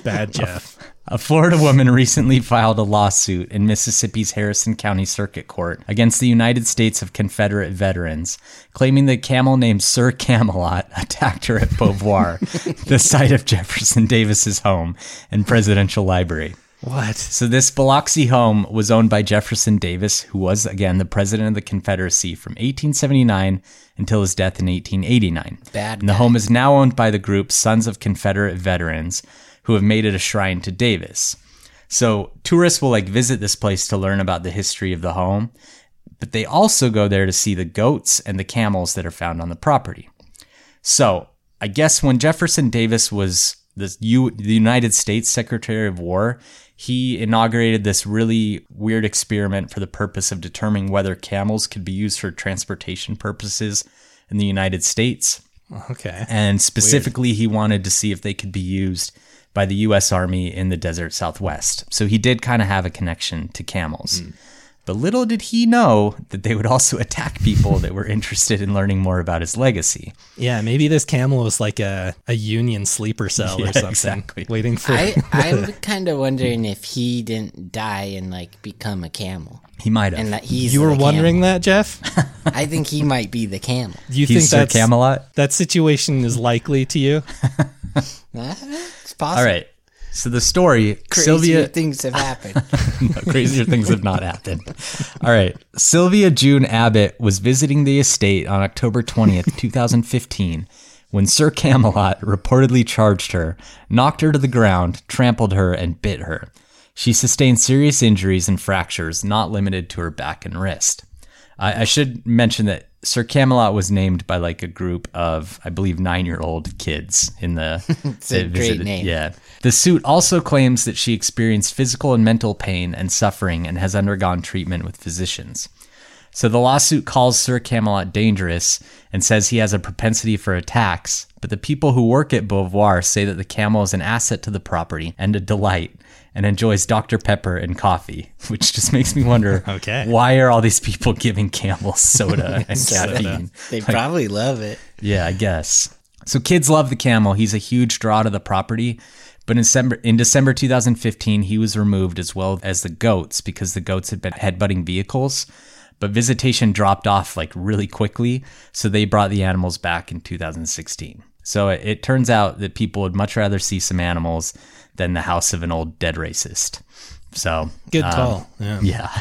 Speaker 1: bad Jeff.
Speaker 2: A Florida woman recently filed a lawsuit in Mississippi's Harrison County Circuit Court against the United States of Confederate Veterans, claiming the camel named Sir Camelot attacked her at Beauvoir, the site of Jefferson Davis's home and presidential library.
Speaker 4: What?
Speaker 2: So this Biloxi home was owned by Jefferson Davis, who was again the president of the Confederacy from 1879 until his death in 1889.
Speaker 3: Bad
Speaker 2: And the home is now owned by the group Sons of Confederate Veterans, who have made it a shrine to Davis. So tourists will like visit this place to learn about the history of the home, but they also go there to see the goats and the camels that are found on the property. So I guess when Jefferson Davis was the, U- the United States Secretary of War, he inaugurated this really weird experiment for the purpose of determining whether camels could be used for transportation purposes in the United States.
Speaker 4: Okay.
Speaker 2: And specifically, he wanted to see if they could be used by the U.S. Army in the desert southwest. So he did kind of have a connection to camels. But little did he know that they would also attack people that were interested in learning more about his legacy.
Speaker 4: Yeah, maybe this camel was like a, a union sleeper cell or something,
Speaker 2: exactly.
Speaker 4: waiting for.
Speaker 3: I, I'm kind of wondering if he didn't die and like become a camel,
Speaker 2: He might have.
Speaker 3: and uh, that he's
Speaker 4: you were
Speaker 3: the
Speaker 4: wondering that, Jeff?
Speaker 3: Camel. I think he might be the camel.
Speaker 4: Do you
Speaker 2: He's
Speaker 4: think
Speaker 2: Sir
Speaker 4: that's,
Speaker 2: Camelot.
Speaker 4: that situation is likely to you?
Speaker 3: it's possible.
Speaker 2: All right. So the story,
Speaker 3: Crazier
Speaker 2: Sylvia.
Speaker 3: things have happened.
Speaker 2: No, crazier things have not happened. All right. Sylvia June Abbott was visiting the estate on October 20th, 2015, when Sir Camelot reportedly charged her, knocked her to the ground, trampled her, and bit her. She sustained serious injuries and fractures, not limited to her back and wrist. I, I should mention that Sir Camelot was named by like a group of, I believe, nine year old kids in the. it's
Speaker 3: a great name.
Speaker 2: Yeah. The suit also claims that she experienced physical and mental pain and suffering and has undergone treatment with physicians. So the lawsuit calls Sir Camelot dangerous and says he has a propensity for attacks, but the people who work at Beauvoir say that the camel is an asset to the property and a delight and enjoys Dr. Pepper and coffee, which just makes me wonder
Speaker 4: Okay.
Speaker 2: why are all these people giving camels soda and caffeine?
Speaker 3: They probably love it.
Speaker 2: Yeah, I guess. So kids love the camel. He's a huge draw to the property. But in December, in December 2015, he was removed as well as the goats because the goats had been headbutting vehicles. But visitation dropped off like really quickly. So they brought the animals back in 2016. So it, it turns out that people would much rather see some animals than the house of an old dead racist. So
Speaker 4: Good call. Yeah.
Speaker 2: Um, yeah.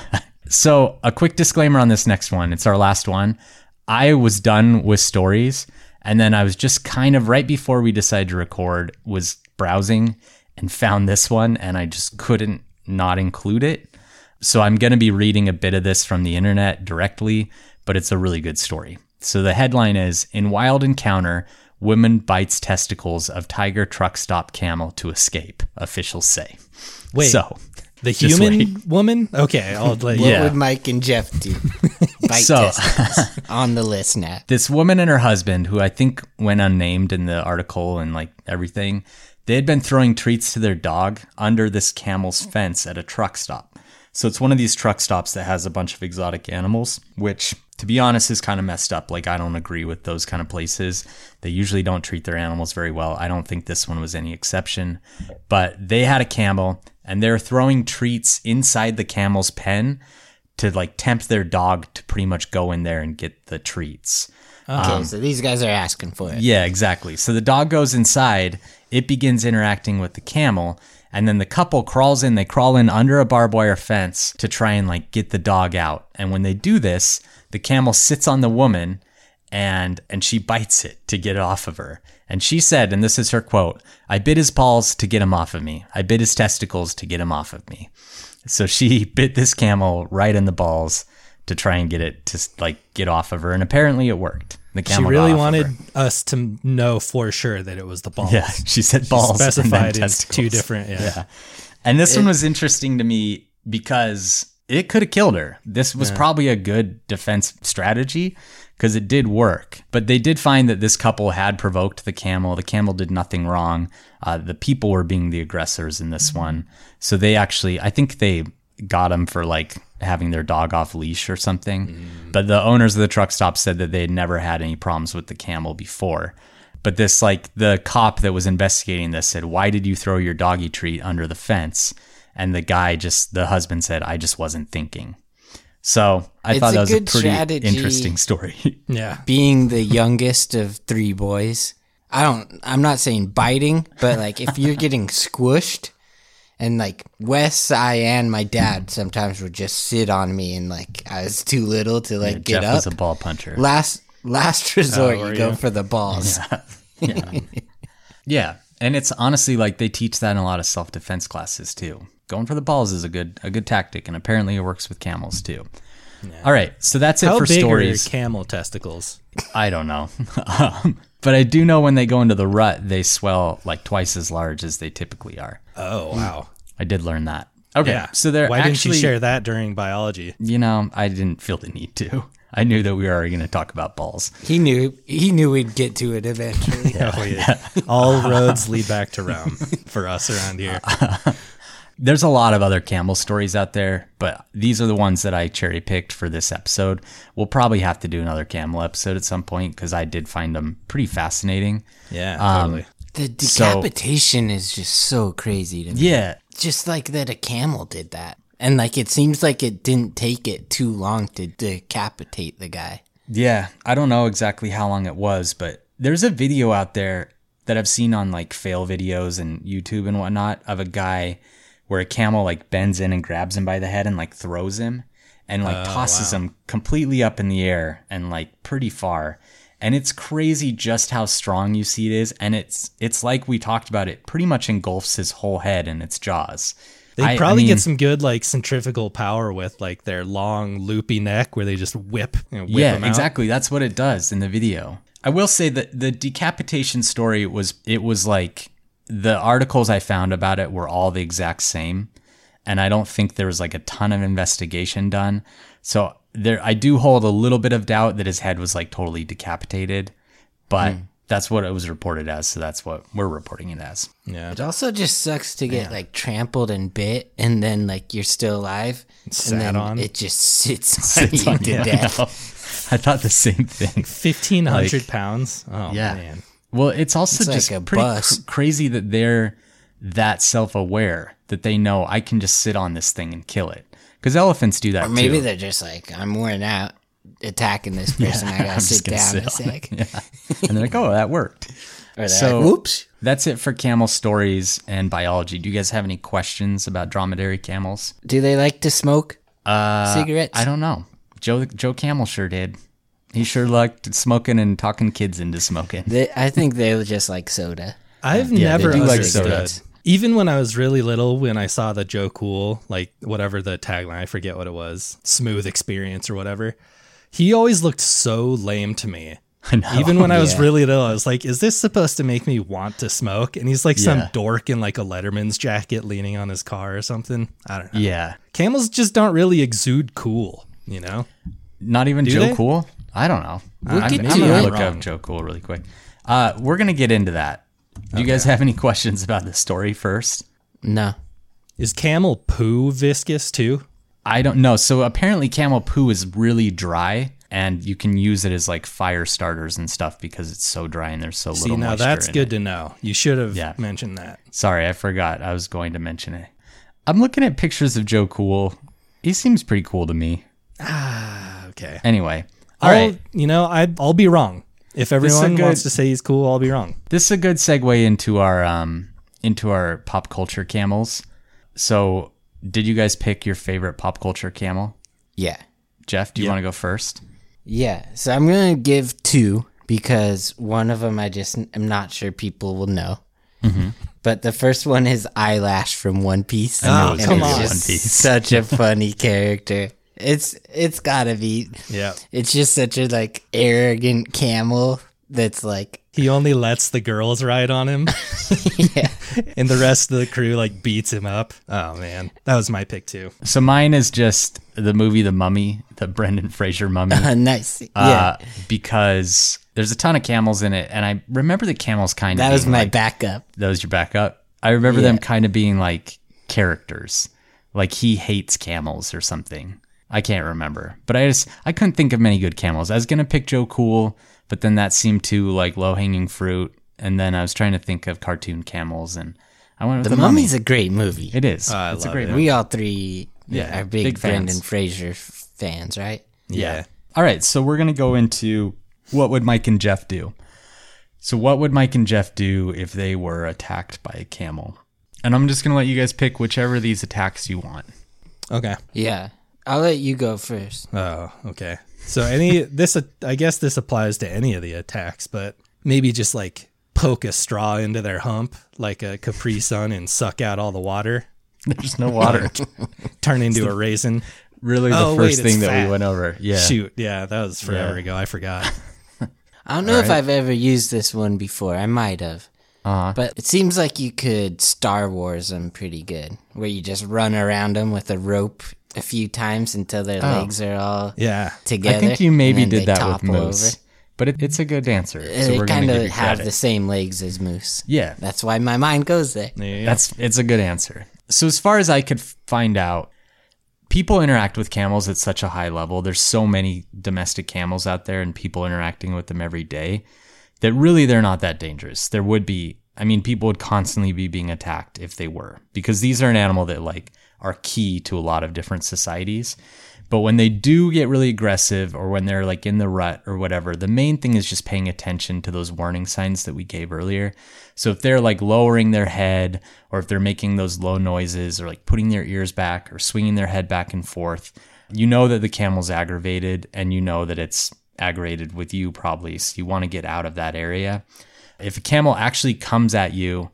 Speaker 2: So, a quick disclaimer on this next one. It's our last one. I was done with stories, and then I was just kind of right before we decided to record was browsing and found this one and I just couldn't not include it. So, I'm going to be reading a bit of this from the internet directly, but it's a really good story. So, the headline is In Wild Encounter, Woman Bites Testicles of Tiger Truck Stop Camel to Escape, officials say.
Speaker 4: Wait.
Speaker 2: So,
Speaker 4: The
Speaker 2: Just
Speaker 4: human woman? Okay, I'll let you.
Speaker 2: Yeah.
Speaker 3: What would Mike and Jeff do? Bite
Speaker 2: So-
Speaker 3: testicles on the list now.
Speaker 2: this woman and her husband, who I think went unnamed in the article and like everything, they had been throwing treats to their dog under this camel's fence at a truck stop. So it's one of these truck stops that has a bunch of exotic animals, which to be honest is kind of messed up. Like I don't agree with those kind of places. They usually don't treat their animals very well. I don't think this one was any exception. But they had a camel and they're throwing treats inside the camel's pen to like tempt their dog to pretty much go in there and get the treats.
Speaker 3: Okay,
Speaker 2: Um,
Speaker 3: so these guys are asking for it.
Speaker 2: Yeah, exactly. So the dog goes inside, it begins interacting with the camel, and then the couple crawls in, they crawl in under a barbed wire fence to try and like get the dog out. And when they do this, the camel sits on the woman and and she bites it to get it off of her. And she said, and this is her quote, I bit his paws to get him off of me. I bit his testicles to get him off of me. So she bit this camel right in the balls to try and get it to like get off of her. And apparently it worked. The
Speaker 4: She
Speaker 2: camel got
Speaker 4: really
Speaker 2: off of her.
Speaker 4: wanted us to know for sure that it was the balls.
Speaker 2: Yeah, she said balls
Speaker 4: Specified
Speaker 2: and then
Speaker 4: as two
Speaker 2: testicles.
Speaker 4: different. Yeah.
Speaker 2: And this one was interesting to me because it could have killed her. This was probably a good defense strategy because it did work. But they did find that this couple had provoked the camel. The camel did nothing wrong. Uh, the people were being the aggressors in this one. So they actually, I think they got him for like having their dog off leash or something.
Speaker 4: Mm.
Speaker 2: But the owners of the truck stop said that they had never had any problems with the camel before. But this, like, the cop that was investigating this said, Why did you throw your doggy treat under the fence? And the guy just, the husband said, I just wasn't thinking. So I
Speaker 3: It's
Speaker 2: thought
Speaker 3: a
Speaker 2: that was a
Speaker 3: good
Speaker 2: pretty
Speaker 3: strategy.
Speaker 2: interesting story.
Speaker 4: Yeah.
Speaker 3: Being the youngest of three boys, I don't. I'm not saying biting, but like if you're getting squished, And like Wes, I and my dad sometimes would just sit on me, and like I was too little to like get
Speaker 2: Jeff
Speaker 3: up.
Speaker 2: was a ball puncher.
Speaker 3: Last last resort,
Speaker 2: were
Speaker 3: you go
Speaker 2: you?
Speaker 3: for the balls.
Speaker 2: yeah, and it's honestly like they teach that in a lot of self defense classes too. Going for the balls is a good a good tactic, and apparently it works with camels too. All right, so that's it
Speaker 1: How
Speaker 2: for
Speaker 1: big
Speaker 2: stories.
Speaker 1: are your camel testicles?
Speaker 2: I don't know. um, but I do know when they go into the rut, they swell like twice as large as they typically are.
Speaker 1: Oh wow!
Speaker 2: I did learn that. Okay.
Speaker 1: Yeah.
Speaker 2: Mm. So they're
Speaker 1: Why
Speaker 2: actually,
Speaker 1: didn't you share that during biology?
Speaker 2: you know, I didn't feel the need to. I knew that we were already going to talk about balls.
Speaker 3: He knew he knew we'd get to it eventually.
Speaker 1: Oh, yeah. All roads lead back to Rome for us around here.
Speaker 2: There's a lot of other camel stories out there, but these are the ones that I cherry picked for this episode. We'll probably have to do another camel episode at some point because I did find them pretty fascinating.
Speaker 1: Yeah,
Speaker 2: Um,
Speaker 1: totally.
Speaker 3: the
Speaker 2: So-
Speaker 3: decapitation is just so crazy to me.
Speaker 2: Yeah.
Speaker 3: Just like that a camel did that. And like it seems like it didn't take it too long to decapitate the guy.
Speaker 2: Yeah, I don't know exactly how long it was, but there's a video out there that I've seen on like fail videos and YouTube and whatnot of a guy where a camel like bends in and grabs him by the head and like throws him and like tosses him completely up in the air and like pretty far. And it's crazy just how strong you see it is, and it's it's like we talked about it pretty much engulfs his whole head in its jaws.
Speaker 1: They
Speaker 2: I- I
Speaker 1: probably
Speaker 2: mean-
Speaker 1: get some good like centrifugal power with like their long loopy neck where they just whip. You know, whip
Speaker 2: yeah,
Speaker 1: 'em out.
Speaker 2: exactly. That's what it does in the video. I will say that the decapitation story was it was like the articles I found about it were all the exact same, and I don't think there was like a ton of investigation done. So there, I do hold a little bit of doubt that his head was like totally decapitated,
Speaker 1: Hmm.
Speaker 2: but that's what it was reported as. So that's what we're reporting it as.
Speaker 1: Yeah.
Speaker 3: It also just sucks to get like trampled and bit and then like you're still alive.
Speaker 1: Sat
Speaker 3: and then
Speaker 1: on.
Speaker 3: it just sits, on you to death.
Speaker 2: I thought the same thing.
Speaker 1: 1,500 pounds. Oh,
Speaker 2: Yeah.
Speaker 1: man.
Speaker 2: Well, it's also
Speaker 3: like
Speaker 2: just
Speaker 3: a
Speaker 2: pretty
Speaker 3: bus.
Speaker 2: cr- crazy that they're that self-aware that they know I can just sit on this thing and kill it. Because elephants do that
Speaker 3: Or maybe
Speaker 2: too.
Speaker 3: they're just like, I'm worn out attacking this person. I gotta sit down
Speaker 2: gonna
Speaker 3: a
Speaker 2: sit
Speaker 3: sec.
Speaker 2: and they're like, "Oh, that worked."
Speaker 3: Or they're
Speaker 2: So-
Speaker 3: like, whoops.
Speaker 2: That's it for camel stories and biology. Do you guys have any questions about dromedary camels?
Speaker 3: Do they like to smoke
Speaker 2: Uh,
Speaker 3: cigarettes?
Speaker 2: I don't know. Joe Joe Camel sure did. He sure liked smoking and talking kids into smoking.
Speaker 3: They, I think they were just like soda.
Speaker 1: I've
Speaker 2: they
Speaker 1: never
Speaker 2: do like
Speaker 1: understood.
Speaker 2: sodas.
Speaker 1: Even when I was really little, when I saw the Joe Cool, like whatever the tagline, I forget what it was, smooth experience or whatever, he always looked so lame to me.
Speaker 2: I know.
Speaker 1: Even when I was really little, I was like, is this supposed to make me want to smoke? And he's like
Speaker 2: Yeah.
Speaker 1: some dork in like a Letterman's jacket leaning on his car or something. I don't know.
Speaker 2: yeah,
Speaker 1: Camels just don't really exude cool, you know?
Speaker 2: Not even Joe
Speaker 1: they?
Speaker 2: Cool? I don't know. I'm,
Speaker 3: get
Speaker 2: I'm
Speaker 3: to
Speaker 2: gonna
Speaker 3: it.
Speaker 2: look up Joe Cool really quick. Uh, we're gonna get into that. Do you guys have any questions about the story first?
Speaker 3: No.
Speaker 1: Is camel poo viscous too?
Speaker 2: I don't know. So apparently, camel poo is really dry, and you can use it as like fire starters and stuff because it's so dry and there's so
Speaker 1: See,
Speaker 2: little.
Speaker 1: now
Speaker 2: moisture
Speaker 1: that's
Speaker 2: in
Speaker 1: good
Speaker 2: it.
Speaker 1: to know. You should have
Speaker 2: Yeah.
Speaker 1: mentioned that.
Speaker 2: Sorry, I forgot. I was going to mention it. I'm looking at pictures of Joe Cool. He seems pretty cool to me.
Speaker 1: Okay.
Speaker 2: Anyway, all
Speaker 1: All
Speaker 2: right.
Speaker 1: You know, I I'll be wrong. If
Speaker 2: is a
Speaker 1: everyone
Speaker 2: good-
Speaker 1: wants to say he's cool, I'll be wrong.
Speaker 2: this is a good segue into our um into our pop culture camels. So, did you guys pick your favorite pop culture camel?
Speaker 3: Yeah.
Speaker 2: Jeff, do you want to go first?
Speaker 3: Yeah. So I'm going to give two because one of them I just n- am not sure people will know.
Speaker 2: Mm-hmm.
Speaker 3: But the first one is Eyelash from One Piece.
Speaker 2: knew it was
Speaker 3: And
Speaker 2: gonna
Speaker 3: it's
Speaker 2: be
Speaker 3: just
Speaker 2: Oh, One Piece.
Speaker 3: Such a funny character. It's it's gotta be.
Speaker 1: Yeah.
Speaker 3: It's just such a like arrogant camel that's like
Speaker 1: He only lets the girls ride on him. And the rest of the crew like beats him up. Oh man. That was my pick too.
Speaker 2: So mine is just the movie The Mummy, the Brendan Fraser Mummy.
Speaker 3: a nice.
Speaker 2: Uh,
Speaker 3: yeah.
Speaker 2: because there's a ton of camels in it, and I remember the camels kind of
Speaker 3: That was
Speaker 2: being,
Speaker 3: my
Speaker 2: like,
Speaker 3: backup.
Speaker 2: that was your backup. I remember them kind of being like characters, like he hates camels or something. I can't remember, but I just I couldn't think of many good camels. I was gonna pick Joe Cool, but then that seemed too like low hanging fruit, and then I was trying to think of cartoon camels, and I went with
Speaker 3: The,
Speaker 2: the, mummy.
Speaker 3: Mummy's a great movie.
Speaker 2: It is.
Speaker 1: I
Speaker 2: it's a
Speaker 1: love
Speaker 2: great
Speaker 1: it.
Speaker 2: movie.
Speaker 3: We all three
Speaker 2: Yeah,
Speaker 3: are big,
Speaker 2: big fans.
Speaker 3: Brendan Fraser f- fans, right?
Speaker 1: Yeah.
Speaker 2: All right, so we're gonna go into what would Mike and Jeff do. So, what would Mike and Jeff do if they were attacked by a camel? And I'm just going to let you guys pick whichever of these attacks you want.
Speaker 1: Okay.
Speaker 3: Yeah. I'll let you go first.
Speaker 1: Oh, okay. So any this I guess this applies to any of the attacks, but maybe just like poke a straw into their hump like a Capri Sun and suck out all the water,
Speaker 2: There's no water.
Speaker 1: turn into a raisin.
Speaker 2: really the
Speaker 1: Oh, wait,
Speaker 2: first
Speaker 1: it's
Speaker 2: thing that we
Speaker 1: fat.
Speaker 2: went over. Yeah.
Speaker 1: Shoot, yeah, that was forever ago. I forgot.
Speaker 3: I don't know if I've ever used this one before. I might have.
Speaker 2: Uh-huh.
Speaker 3: But it seems like you could Star Wars them pretty good, where you just run around them with a rope a few times until their legs are all
Speaker 1: Yeah.
Speaker 3: together.
Speaker 2: Oh. I think you maybe
Speaker 3: and then
Speaker 2: did
Speaker 3: they
Speaker 2: that with
Speaker 3: topple
Speaker 2: Moose. But it, it's a good answer.
Speaker 3: Over.
Speaker 2: so
Speaker 3: they
Speaker 2: we're going
Speaker 3: kind
Speaker 2: to give you
Speaker 3: of have
Speaker 2: credit.
Speaker 3: the same legs as Moose.
Speaker 2: yeah.
Speaker 3: That's why my mind goes there.
Speaker 1: There you go.
Speaker 2: That's it's a good answer. So as far as I could find out, people interact with camels at such a high level. There's so many domestic camels out there and people interacting with them every day that really they're not that dangerous. There would be I mean people would constantly be being attacked if they were because these are an animal that like are key to a lot of different societies. But when they do get really aggressive or when they're like in the rut or whatever, the main thing is just paying attention to those warning signs that we gave earlier. So if they're like lowering their head or if they're making those low noises or like putting their ears back or swinging their head back and forth, you know that the camel's aggravated and you know that it's aggravated with you probably. So you want to get out of that area. If a camel actually comes at you,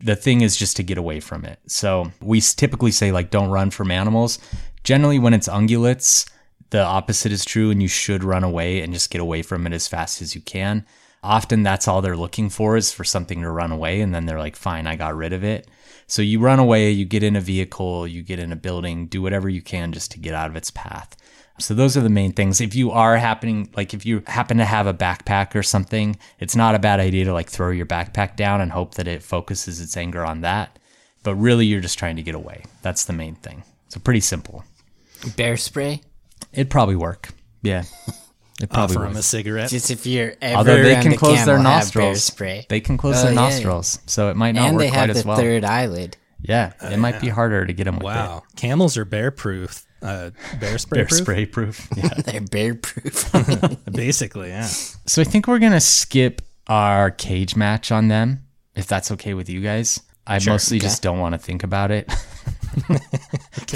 Speaker 2: the thing is just to get away from it. So we s- typically say like don't run from animals. Generally when it's ungulates, the opposite is true and you should run away and just get away from it as fast as you can. Often that's all they're looking for is for something to run away and then they're like fine, I got rid of it. So you run away, you get in a vehicle, you get in a building, do whatever you can just to get out of its path. So those are the main things. If you are happening, like if you happen to have a backpack or something, it's not a bad idea to like throw your backpack down and hope that it focuses its anger on that. But really, you're just trying to get away. That's the main thing. So pretty simple.
Speaker 3: Bear spray.
Speaker 2: It'd probably work. Yeah. It probably
Speaker 1: Offer
Speaker 2: would.
Speaker 1: him a cigarette.
Speaker 3: Just if you're ever
Speaker 2: Although they
Speaker 3: around
Speaker 2: can
Speaker 3: a
Speaker 2: close their
Speaker 3: camel, have bear
Speaker 2: nostrils.
Speaker 3: spray.
Speaker 2: They can close
Speaker 3: Oh,
Speaker 2: their
Speaker 3: yeah.
Speaker 2: nostrils. So it might not
Speaker 3: and
Speaker 2: work
Speaker 3: they
Speaker 2: quite
Speaker 3: have
Speaker 2: as
Speaker 3: the
Speaker 2: well.
Speaker 3: third Oh, eyelid.
Speaker 2: yeah. It might be harder to get them with it.
Speaker 1: wow. Camels are bear proof. Uh, bear spray
Speaker 2: They're
Speaker 1: proof.
Speaker 2: spray proof. Yeah.
Speaker 3: They're bear proof.
Speaker 1: Basically, yeah.
Speaker 2: So I think we're gonna skip our cage match on them, if that's okay with you guys. I mostly just don't want to think about it.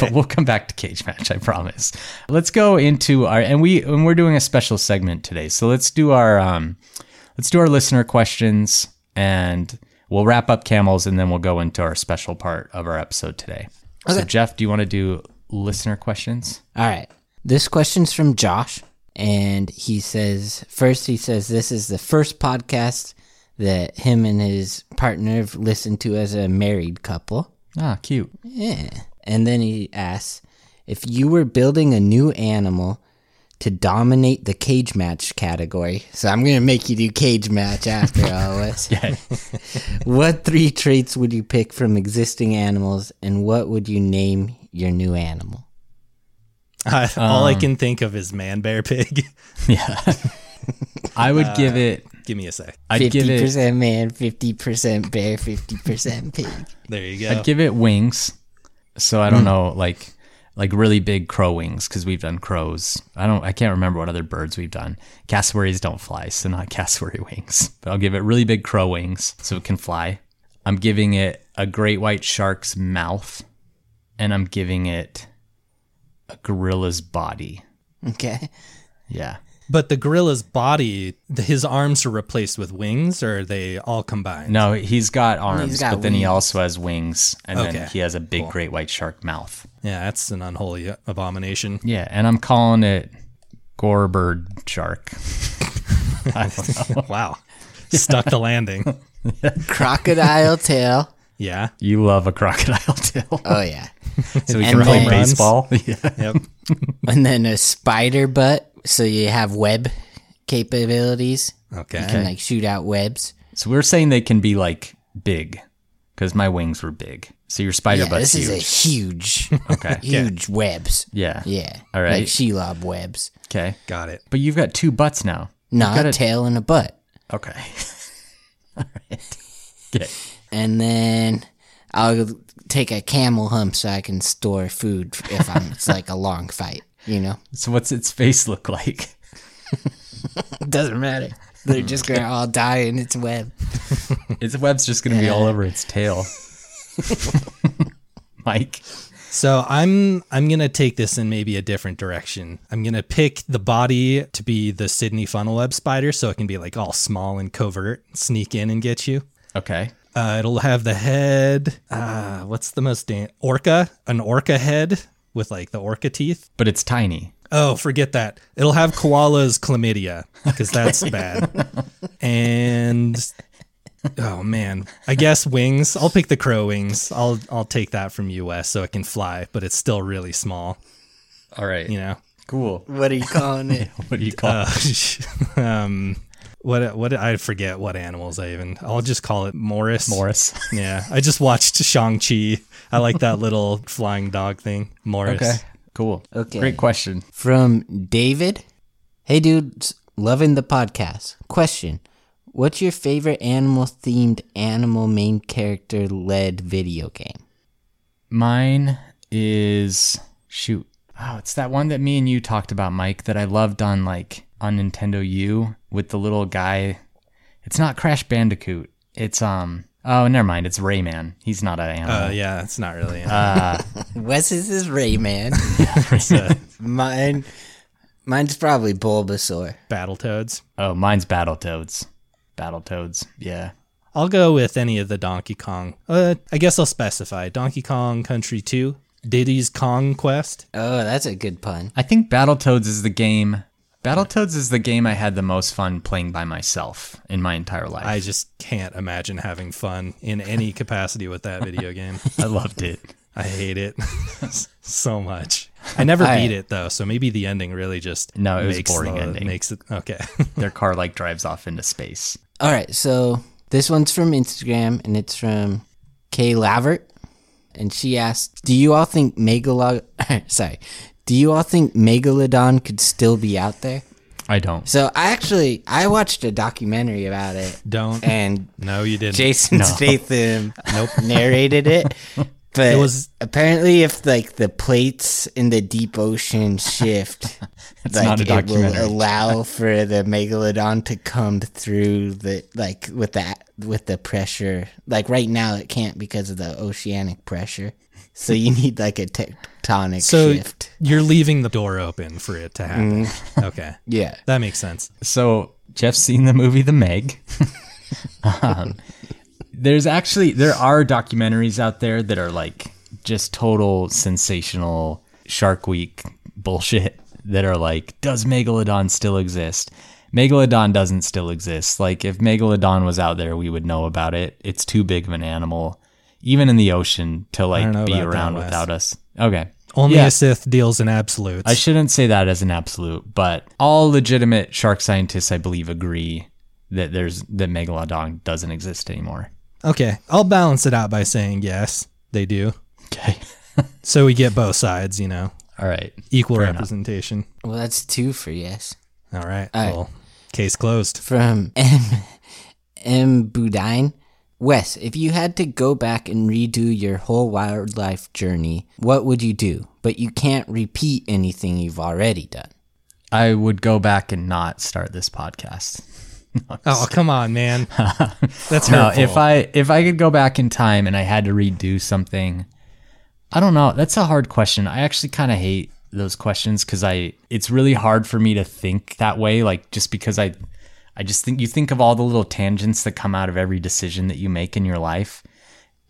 Speaker 2: But we'll come back to cage match, I promise. Let's go into our and we and we're doing a special segment today. So let's do our um let's do our listener questions and we'll wrap up camels and then we'll go into our special part of our episode today. So Jeff, do you want to do listener questions?
Speaker 3: All right. This question's from Josh, and he says first he says this is the first podcast that him and his partner have listened to as a married couple.
Speaker 2: Ah, cute.
Speaker 3: Yeah. And then he asks if you were building a new animal to dominate the cage match category. So I'm going to make you do cage match after all this.
Speaker 2: Yeah.
Speaker 3: What three traits would you pick from existing animals and what would you name your new animal?
Speaker 1: I, all I can think of is man bear pig.
Speaker 2: Yeah. I would give it
Speaker 1: Give me a sec.
Speaker 2: I'd give
Speaker 3: Uh, Fifty
Speaker 2: it
Speaker 3: percent man, fifty percent bear, fifty percent pig.
Speaker 1: There you go.
Speaker 2: I'd Uh, give it wings. So I don't know, like like really big crow wings because we've done crows. I don't, I can't remember what other birds we've done. Cassowaries don't fly, so not cassowary wings. But I'll give it really big crow wings so it can fly. I'm giving it a great white shark's mouth, and I'm giving it a gorilla's body.
Speaker 3: Okay.
Speaker 2: Yeah,
Speaker 1: But the gorilla's body, th- his arms are replaced with wings, or are they all combined?
Speaker 2: no, he's got arms,
Speaker 3: got
Speaker 2: but then he
Speaker 3: wings.
Speaker 2: also has wings, and then
Speaker 1: Okay,
Speaker 2: he has a big great white shark mouth.
Speaker 1: Yeah, that's an unholy abomination.
Speaker 2: Yeah, and I'm calling it Gorebird Shark. I don't know.
Speaker 1: wow. Stuck the landing.
Speaker 3: Crocodile tail.
Speaker 1: Yeah.
Speaker 2: You love a crocodile tail.
Speaker 3: Oh yeah.
Speaker 2: so we
Speaker 3: and
Speaker 2: can play
Speaker 3: then-
Speaker 2: baseball. Yeah.
Speaker 1: Yep.
Speaker 3: And then a spider butt, so you have web capabilities.
Speaker 1: Okay.
Speaker 3: You can like shoot out webs.
Speaker 2: So we're saying they can be like big because my wings were big. So your spider
Speaker 3: Yeah,
Speaker 2: butt's
Speaker 3: this
Speaker 2: huge.
Speaker 3: is a huge, huge webs.
Speaker 2: yeah.
Speaker 3: Yeah.
Speaker 2: All right.
Speaker 3: Like shelob webs.
Speaker 2: Okay.
Speaker 1: Got it.
Speaker 2: But you've got two butts now.
Speaker 3: Not
Speaker 2: got
Speaker 3: a
Speaker 2: a-
Speaker 3: tail and a butt.
Speaker 2: Okay. All right. Okay.
Speaker 3: And then I'll take a camel hump so I can store food if I'm. it's like a long fight. You know.
Speaker 2: So what's its face look like?
Speaker 3: Doesn't matter. They're just gonna all die in its web.
Speaker 2: Its web's just going to be all over its tail. Mike.
Speaker 1: So I'm I'm gonna take this in maybe a different direction. I'm gonna pick the body to be the Sydney funnel web spider, so it can be like all small and covert, sneak in and get you.
Speaker 2: Okay.
Speaker 1: Uh, it'll have the head. Uh, what's the most dan- orca? An orca head with like the orca teeth.
Speaker 2: But it's tiny.
Speaker 1: Oh, forget that. It'll have koala's chlamydia because that's bad. And oh man, I guess wings. I'll pick the crow wings. I'll I'll take that from US so it can fly, but it's still really small.
Speaker 2: All right.
Speaker 1: You know.
Speaker 2: Cool.
Speaker 3: What are you calling it?
Speaker 2: What do you call it?
Speaker 1: um, what what I forget what animals I even. I'll just call it Morris.
Speaker 2: Morris?
Speaker 1: Yeah, I just watched Shang Chi. I like that little flying dog thing, Morris.
Speaker 2: Okay. Cool.
Speaker 3: Okay.
Speaker 2: Great question.
Speaker 3: From David. Hey, dudes, loving the podcast. Question What's your favorite animal themed, animal main character led video game?
Speaker 2: Mine is shoot. Oh, it's that one that me and you talked about, Mike, that I loved on like on Nintendo U with the little guy. It's not Crash Bandicoot. It's um oh never mind, it's Rayman. He's not an animal.
Speaker 1: Uh, yeah, it's not really.
Speaker 3: Wes's is Rayman. Mine, mine's probably Bulbasaur.
Speaker 1: Battle Toads.
Speaker 2: oh, mine's Battletoads. Battletoads. Yeah.
Speaker 1: I'll go with any of the Donkey Kong. Uh, I guess I'll specify Donkey Kong Country 2, Diddy's Kong Quest.
Speaker 3: Oh, that's a good pun.
Speaker 2: I think Battletoads is the game Battletoads is the game I had the most fun playing by myself in my entire life.
Speaker 1: I just can't imagine having fun in any capacity with that video game.
Speaker 2: I loved it.
Speaker 1: I hate it so much. I never
Speaker 3: I-
Speaker 1: beat it though, so maybe the ending really just
Speaker 2: No, it was
Speaker 1: makes
Speaker 2: boring
Speaker 1: the-
Speaker 2: ending.
Speaker 1: Makes it okay.
Speaker 2: Their car like drives off into space.
Speaker 3: All right, so this one's from Instagram and it's from Kay Lavert. And she asked, Do you all think Megalod sorry. Do you all think Megalodon could still be out there?
Speaker 2: I don't.
Speaker 3: So I actually I watched a documentary about it.
Speaker 1: Don't.
Speaker 3: And
Speaker 1: no, you didn't.
Speaker 3: Jason Statham narrated it. But
Speaker 1: It was-
Speaker 3: apparently if like the plates in the deep ocean shift like
Speaker 2: not a
Speaker 3: it will
Speaker 2: documentary.
Speaker 3: allow for the megalodon to come through the like with that with the pressure. Like right now it can't because of the oceanic pressure. So you need like a tectonic
Speaker 1: so
Speaker 3: shift.
Speaker 1: you're leaving the door open for it to happen.
Speaker 2: Mm.
Speaker 1: Okay,
Speaker 3: Yeah.
Speaker 1: that makes sense.
Speaker 2: so Jeff's seen the movie The Meg. um, there's actually there are documentaries out there that are like just total sensational Shark Week bullshit that are like, does Megalodon still exist? Megalodon doesn't still exist. Like if Megalodon was out there, we would know about it. It's too big of an animal, even in the ocean, to
Speaker 1: don't know
Speaker 2: like be
Speaker 1: about that,
Speaker 2: around
Speaker 1: Wes.
Speaker 2: without us. Okay.
Speaker 1: Only
Speaker 2: Yeah.
Speaker 1: a Sith deals in absolutes.
Speaker 2: I shouldn't say that as an absolute, but all legitimate shark scientists, I believe, agree that there's that megalodon doesn't exist anymore.
Speaker 1: okay, I'll balance it out by saying yes, they do.
Speaker 2: Okay.
Speaker 1: So we get both sides, you know,
Speaker 2: All right.
Speaker 1: equal representation.
Speaker 3: Well that's two for yes.
Speaker 1: All right.
Speaker 3: right.
Speaker 1: Well, case closed.
Speaker 3: from M. M. Budine. Wes, if you had to go back and redo your whole wildlife journey, what would you do? But you can't repeat anything you've already done.
Speaker 2: I would go back and not start this podcast.
Speaker 1: Oh, come on, man. That's
Speaker 2: No,
Speaker 1: hurtful.
Speaker 2: if I if I could go back in time and I had to redo something, I don't know. That's a hard question. I actually kind of hate those questions because I it's really hard for me to think that way. Like just because I I just think you think of all the little tangents that come out of every decision that you make in your life,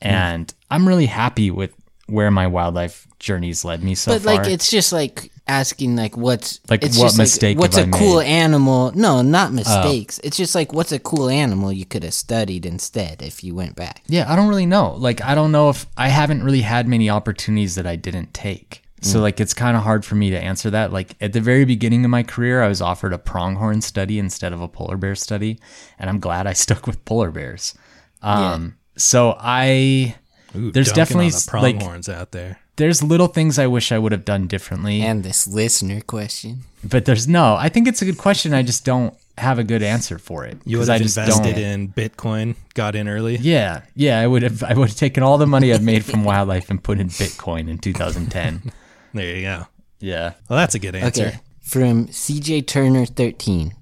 Speaker 1: Mm.
Speaker 2: and I'm really happy with where my wildlife journey's led me so
Speaker 3: But
Speaker 2: far.
Speaker 3: like, it's just like asking, like, what's
Speaker 2: Like,
Speaker 3: it's
Speaker 2: what
Speaker 3: just
Speaker 2: mistake
Speaker 3: what's
Speaker 2: have
Speaker 3: a
Speaker 2: I
Speaker 3: cool
Speaker 2: made? Oh.
Speaker 3: animal? No, not mistakes. It's just like, what's a cool animal you could have studied instead if you went back?
Speaker 2: Yeah, I don't really know. Like, I don't know if I haven't really had many opportunities that I didn't take.
Speaker 1: Mm.
Speaker 2: So, like, it's kind of hard for me to answer that. Like, at the very beginning of my career, I was offered a pronghorn study instead of a polar bear study. And I'm glad I stuck with polar bears. Um, So, I,
Speaker 1: Ooh,
Speaker 2: there's
Speaker 1: dunking on
Speaker 2: definitely,
Speaker 1: the
Speaker 2: s- like-
Speaker 1: pronghorns out there.
Speaker 2: there's little things I wish I would have done differently.
Speaker 3: And this listener question.
Speaker 2: but there's no, I think it's a good question. I just don't have a good answer for it.
Speaker 1: You
Speaker 2: 'Cause
Speaker 1: would
Speaker 2: I
Speaker 1: have
Speaker 2: just
Speaker 1: invested
Speaker 2: don't-
Speaker 1: in Bitcoin, got in early.
Speaker 2: Yeah, yeah, I would have. I would have taken all the money I've made from wildlife and put in Bitcoin in 2010.
Speaker 1: There you go.
Speaker 2: Yeah.
Speaker 1: Well, that's a good answer.
Speaker 3: Okay. From CJ Turner thirteen.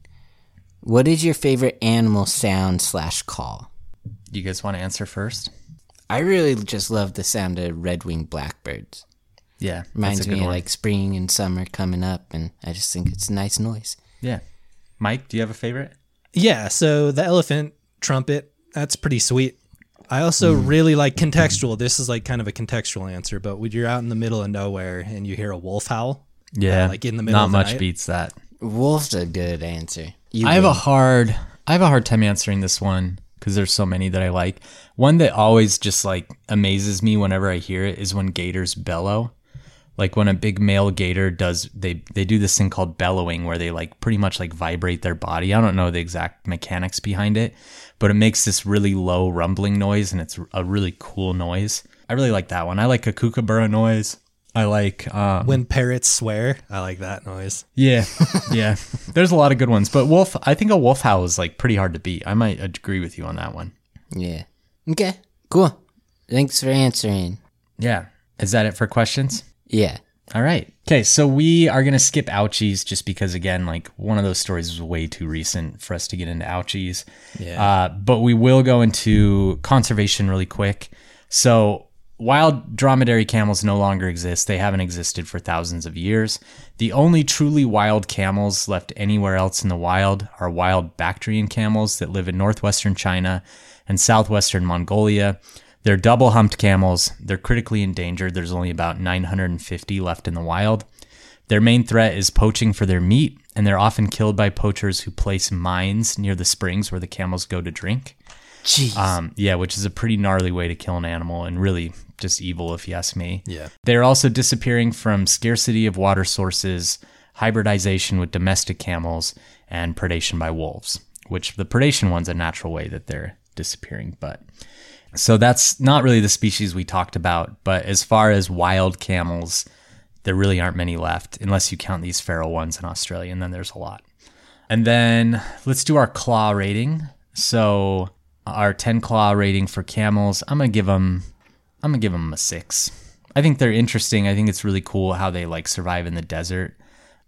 Speaker 3: What is your favorite animal sound slash call?
Speaker 2: You guys want to answer first?
Speaker 3: I really just love the sound of red winged blackbirds.
Speaker 2: Yeah, that's
Speaker 3: Reminds
Speaker 2: a good
Speaker 3: me of
Speaker 2: one.
Speaker 3: like spring and summer coming up, and I just think it's a nice noise.
Speaker 2: yeah. Mike, do you have a favorite?
Speaker 1: Yeah, so the elephant trumpet, that's pretty sweet. I also
Speaker 2: Hmm.
Speaker 1: really like contextual. This is like kind of a contextual answer, but when you're out in the middle of nowhere and you hear a wolf howl,
Speaker 2: Yeah,
Speaker 1: like in the middle
Speaker 2: Not
Speaker 1: of the
Speaker 2: much
Speaker 1: night.
Speaker 2: beats that.
Speaker 3: Wolf's a good answer. You
Speaker 2: I have a
Speaker 3: win.
Speaker 2: hard I have a hard time answering this one because there's so many that I like. One that always just like amazes me whenever I hear it is when gators bellow. Like when a big male gator does they they do this thing called bellowing where they like pretty much like vibrate their body. I don't know the exact mechanics behind it, but it makes this really low rumbling noise and it's a really cool noise. I really like that one. I like a kookaburra noise. I like um,
Speaker 1: when parrots swear, I like that noise.
Speaker 2: yeah, yeah. There's a lot of good ones, but wolf. I think a wolf howl is like pretty hard to beat. I might agree with you on that one.
Speaker 3: yeah. Okay, cool. Thanks for answering.
Speaker 2: Yeah. Is that it for questions?
Speaker 3: Yeah.
Speaker 2: All right. Okay, so we are gonna skip ouchies just because again, like one of those stories was way too recent for us to get into ouchies. Yeah. Uh, but we will go into conservation really quick. So wild dromedary camels no longer exist. They haven't existed for thousands of years. The only truly wild camels left anywhere else in the wild are wild Bactrian camels that live in northwestern China and southwestern Mongolia. They're double humped camels. They're critically endangered. There's only about 950 left in the wild. Their main threat is poaching for their meat, and they're often killed by poachers who place mines near the springs where the camels go to drink.
Speaker 3: Jeez.
Speaker 2: Um, yeah, which is a pretty gnarly way to kill an animal and really just evil, if you ask me.
Speaker 1: Yeah.
Speaker 2: They're also disappearing from scarcity of water sources, hybridization with domestic camels, and predation by wolves, which the predation one's a natural way that they're disappearing. But so that's not really the species we talked about. But as far as wild camels, there really aren't many left unless you count these feral ones in Australia, and then there's a lot. And then let's do our claw rating. So our 10 claw rating for camels, I'm going to give them I'm going to give them a 6. I think they're interesting. I think it's really cool how they like survive in the desert.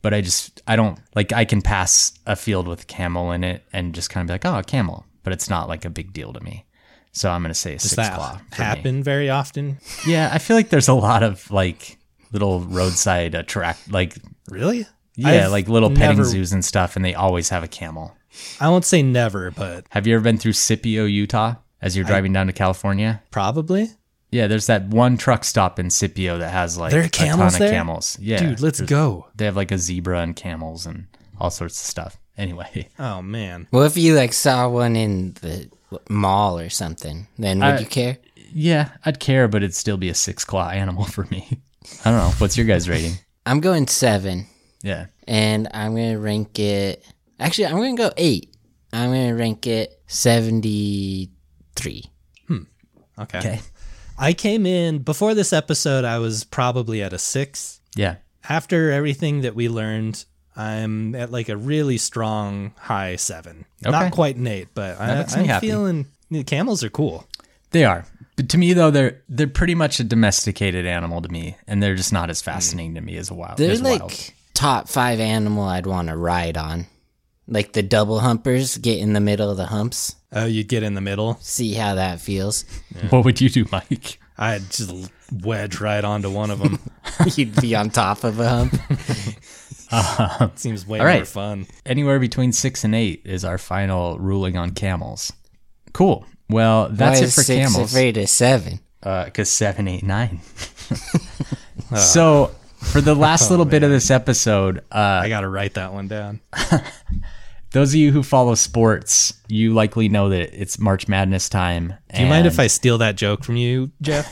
Speaker 2: But I just I don't like I can pass a field with a camel in it and just kind of be like, "Oh, a camel." But it's not like a big deal to me. So I'm going to say a 6
Speaker 1: Does that
Speaker 2: claw. for me.
Speaker 1: happen very often?
Speaker 2: Yeah, I feel like there's a lot of like little roadside attract like
Speaker 1: Really?
Speaker 2: yeah,
Speaker 1: I've
Speaker 2: like little petting
Speaker 1: never-
Speaker 2: zoos and stuff and they always have a camel.
Speaker 1: I won't say never, but
Speaker 2: Have you ever been through Scipio, Utah as you're driving down to California?
Speaker 1: probably.
Speaker 2: Yeah, there's that one truck stop in Scipio that has like
Speaker 1: There are
Speaker 2: a ton
Speaker 1: camels
Speaker 2: of
Speaker 1: there?
Speaker 2: camels. Yeah.
Speaker 1: Dude, let's
Speaker 2: there's-
Speaker 1: go.
Speaker 2: They have like a zebra and camels and all sorts of stuff. Anyway,
Speaker 1: Oh man.
Speaker 3: Well, if you like saw one in the mall or something, then would
Speaker 2: I-
Speaker 3: you care?
Speaker 2: yeah, I'd care, but it'd still be a six claw animal for me. I don't know. What's your guys' rating?
Speaker 3: I'm going seven,
Speaker 2: Yeah.
Speaker 3: and I'm gonna rank it. Actually, I'm gonna go eight. I'm gonna rank it seventy-three.
Speaker 1: Okay.
Speaker 2: Okay.
Speaker 1: I came in before this episode I was probably at a 6.
Speaker 2: Yeah.
Speaker 1: After everything that we learned, I'm at like a really strong high 7.
Speaker 2: Okay.
Speaker 1: Not quite an 8, but I,
Speaker 2: makes me
Speaker 1: I'm
Speaker 2: happy.
Speaker 1: feeling the camels are cool.
Speaker 2: They are. But to me though, they're they're pretty much a domesticated animal to me, and they're just not as fascinating to me as a wild.
Speaker 3: They're
Speaker 2: as
Speaker 3: like
Speaker 2: wild.
Speaker 3: top five animal I'd want to ride on. Like the double humpers get in the middle of the humps.
Speaker 1: Oh, you get in the middle.
Speaker 3: See how that feels.
Speaker 2: What would you do, Mike?
Speaker 1: I'd just wedge right onto one of them.
Speaker 3: You'd be on top of a hump.
Speaker 1: Seems way
Speaker 2: right.
Speaker 1: more fun.
Speaker 2: anywhere between six and eight is our final ruling on camels. Cool. Well, that's
Speaker 3: Why
Speaker 2: it
Speaker 3: is
Speaker 2: for
Speaker 3: six
Speaker 2: camels.
Speaker 3: Afraid of seven.
Speaker 1: Uh,
Speaker 2: Because seven, eight, nine. so for the
Speaker 1: Oh,
Speaker 2: last little bit of this episode, uh,
Speaker 1: I got to write that one down.
Speaker 2: those of you who follow sports, you likely know that it's March Madness time.
Speaker 1: Do you mind if I steal that joke from you, Jeff?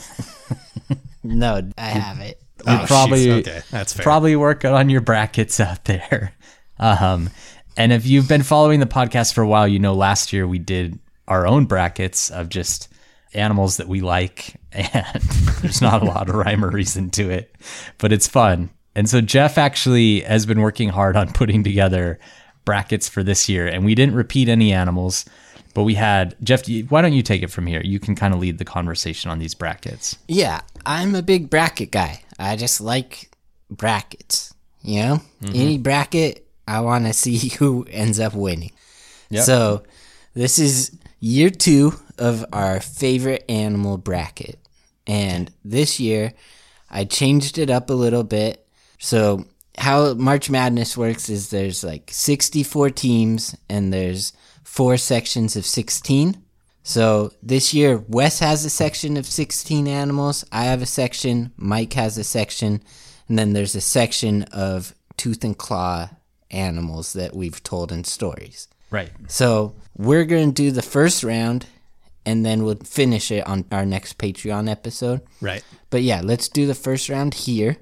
Speaker 3: No, I have it.
Speaker 1: Oh, shoot.
Speaker 2: probably-
Speaker 1: Okay, that's fair.
Speaker 2: probably work on your brackets out there. Um, and if you've been following the podcast for a while, you know last year we did our own brackets of just animals that we like, and there's not a lot of rhyme or reason to it, but it's fun. And so Jeff actually has been working hard on putting together brackets for this year, and we didn't repeat any animals. But we had Jeff. you- Why don't you take it from here? You can kind of lead the conversation on these brackets.
Speaker 3: Yeah, I'm a big bracket guy. I just like brackets. You know, any bracket, I want to see who ends up winning. So, this is year two of our favorite animal bracket. And this year, I changed it up a little bit. So, how March Madness works is there's like 64 teams and there's four sections of 16. So, this year, Wes has a section of 16 animals, I have a section, Mike has a section, and then there's a section of tooth and claw animals that we've told in stories.
Speaker 1: Right.
Speaker 3: So we're going to do the first round and then we'll finish it on our next Patreon episode.
Speaker 1: Right.
Speaker 3: But yeah, let's do the first round here.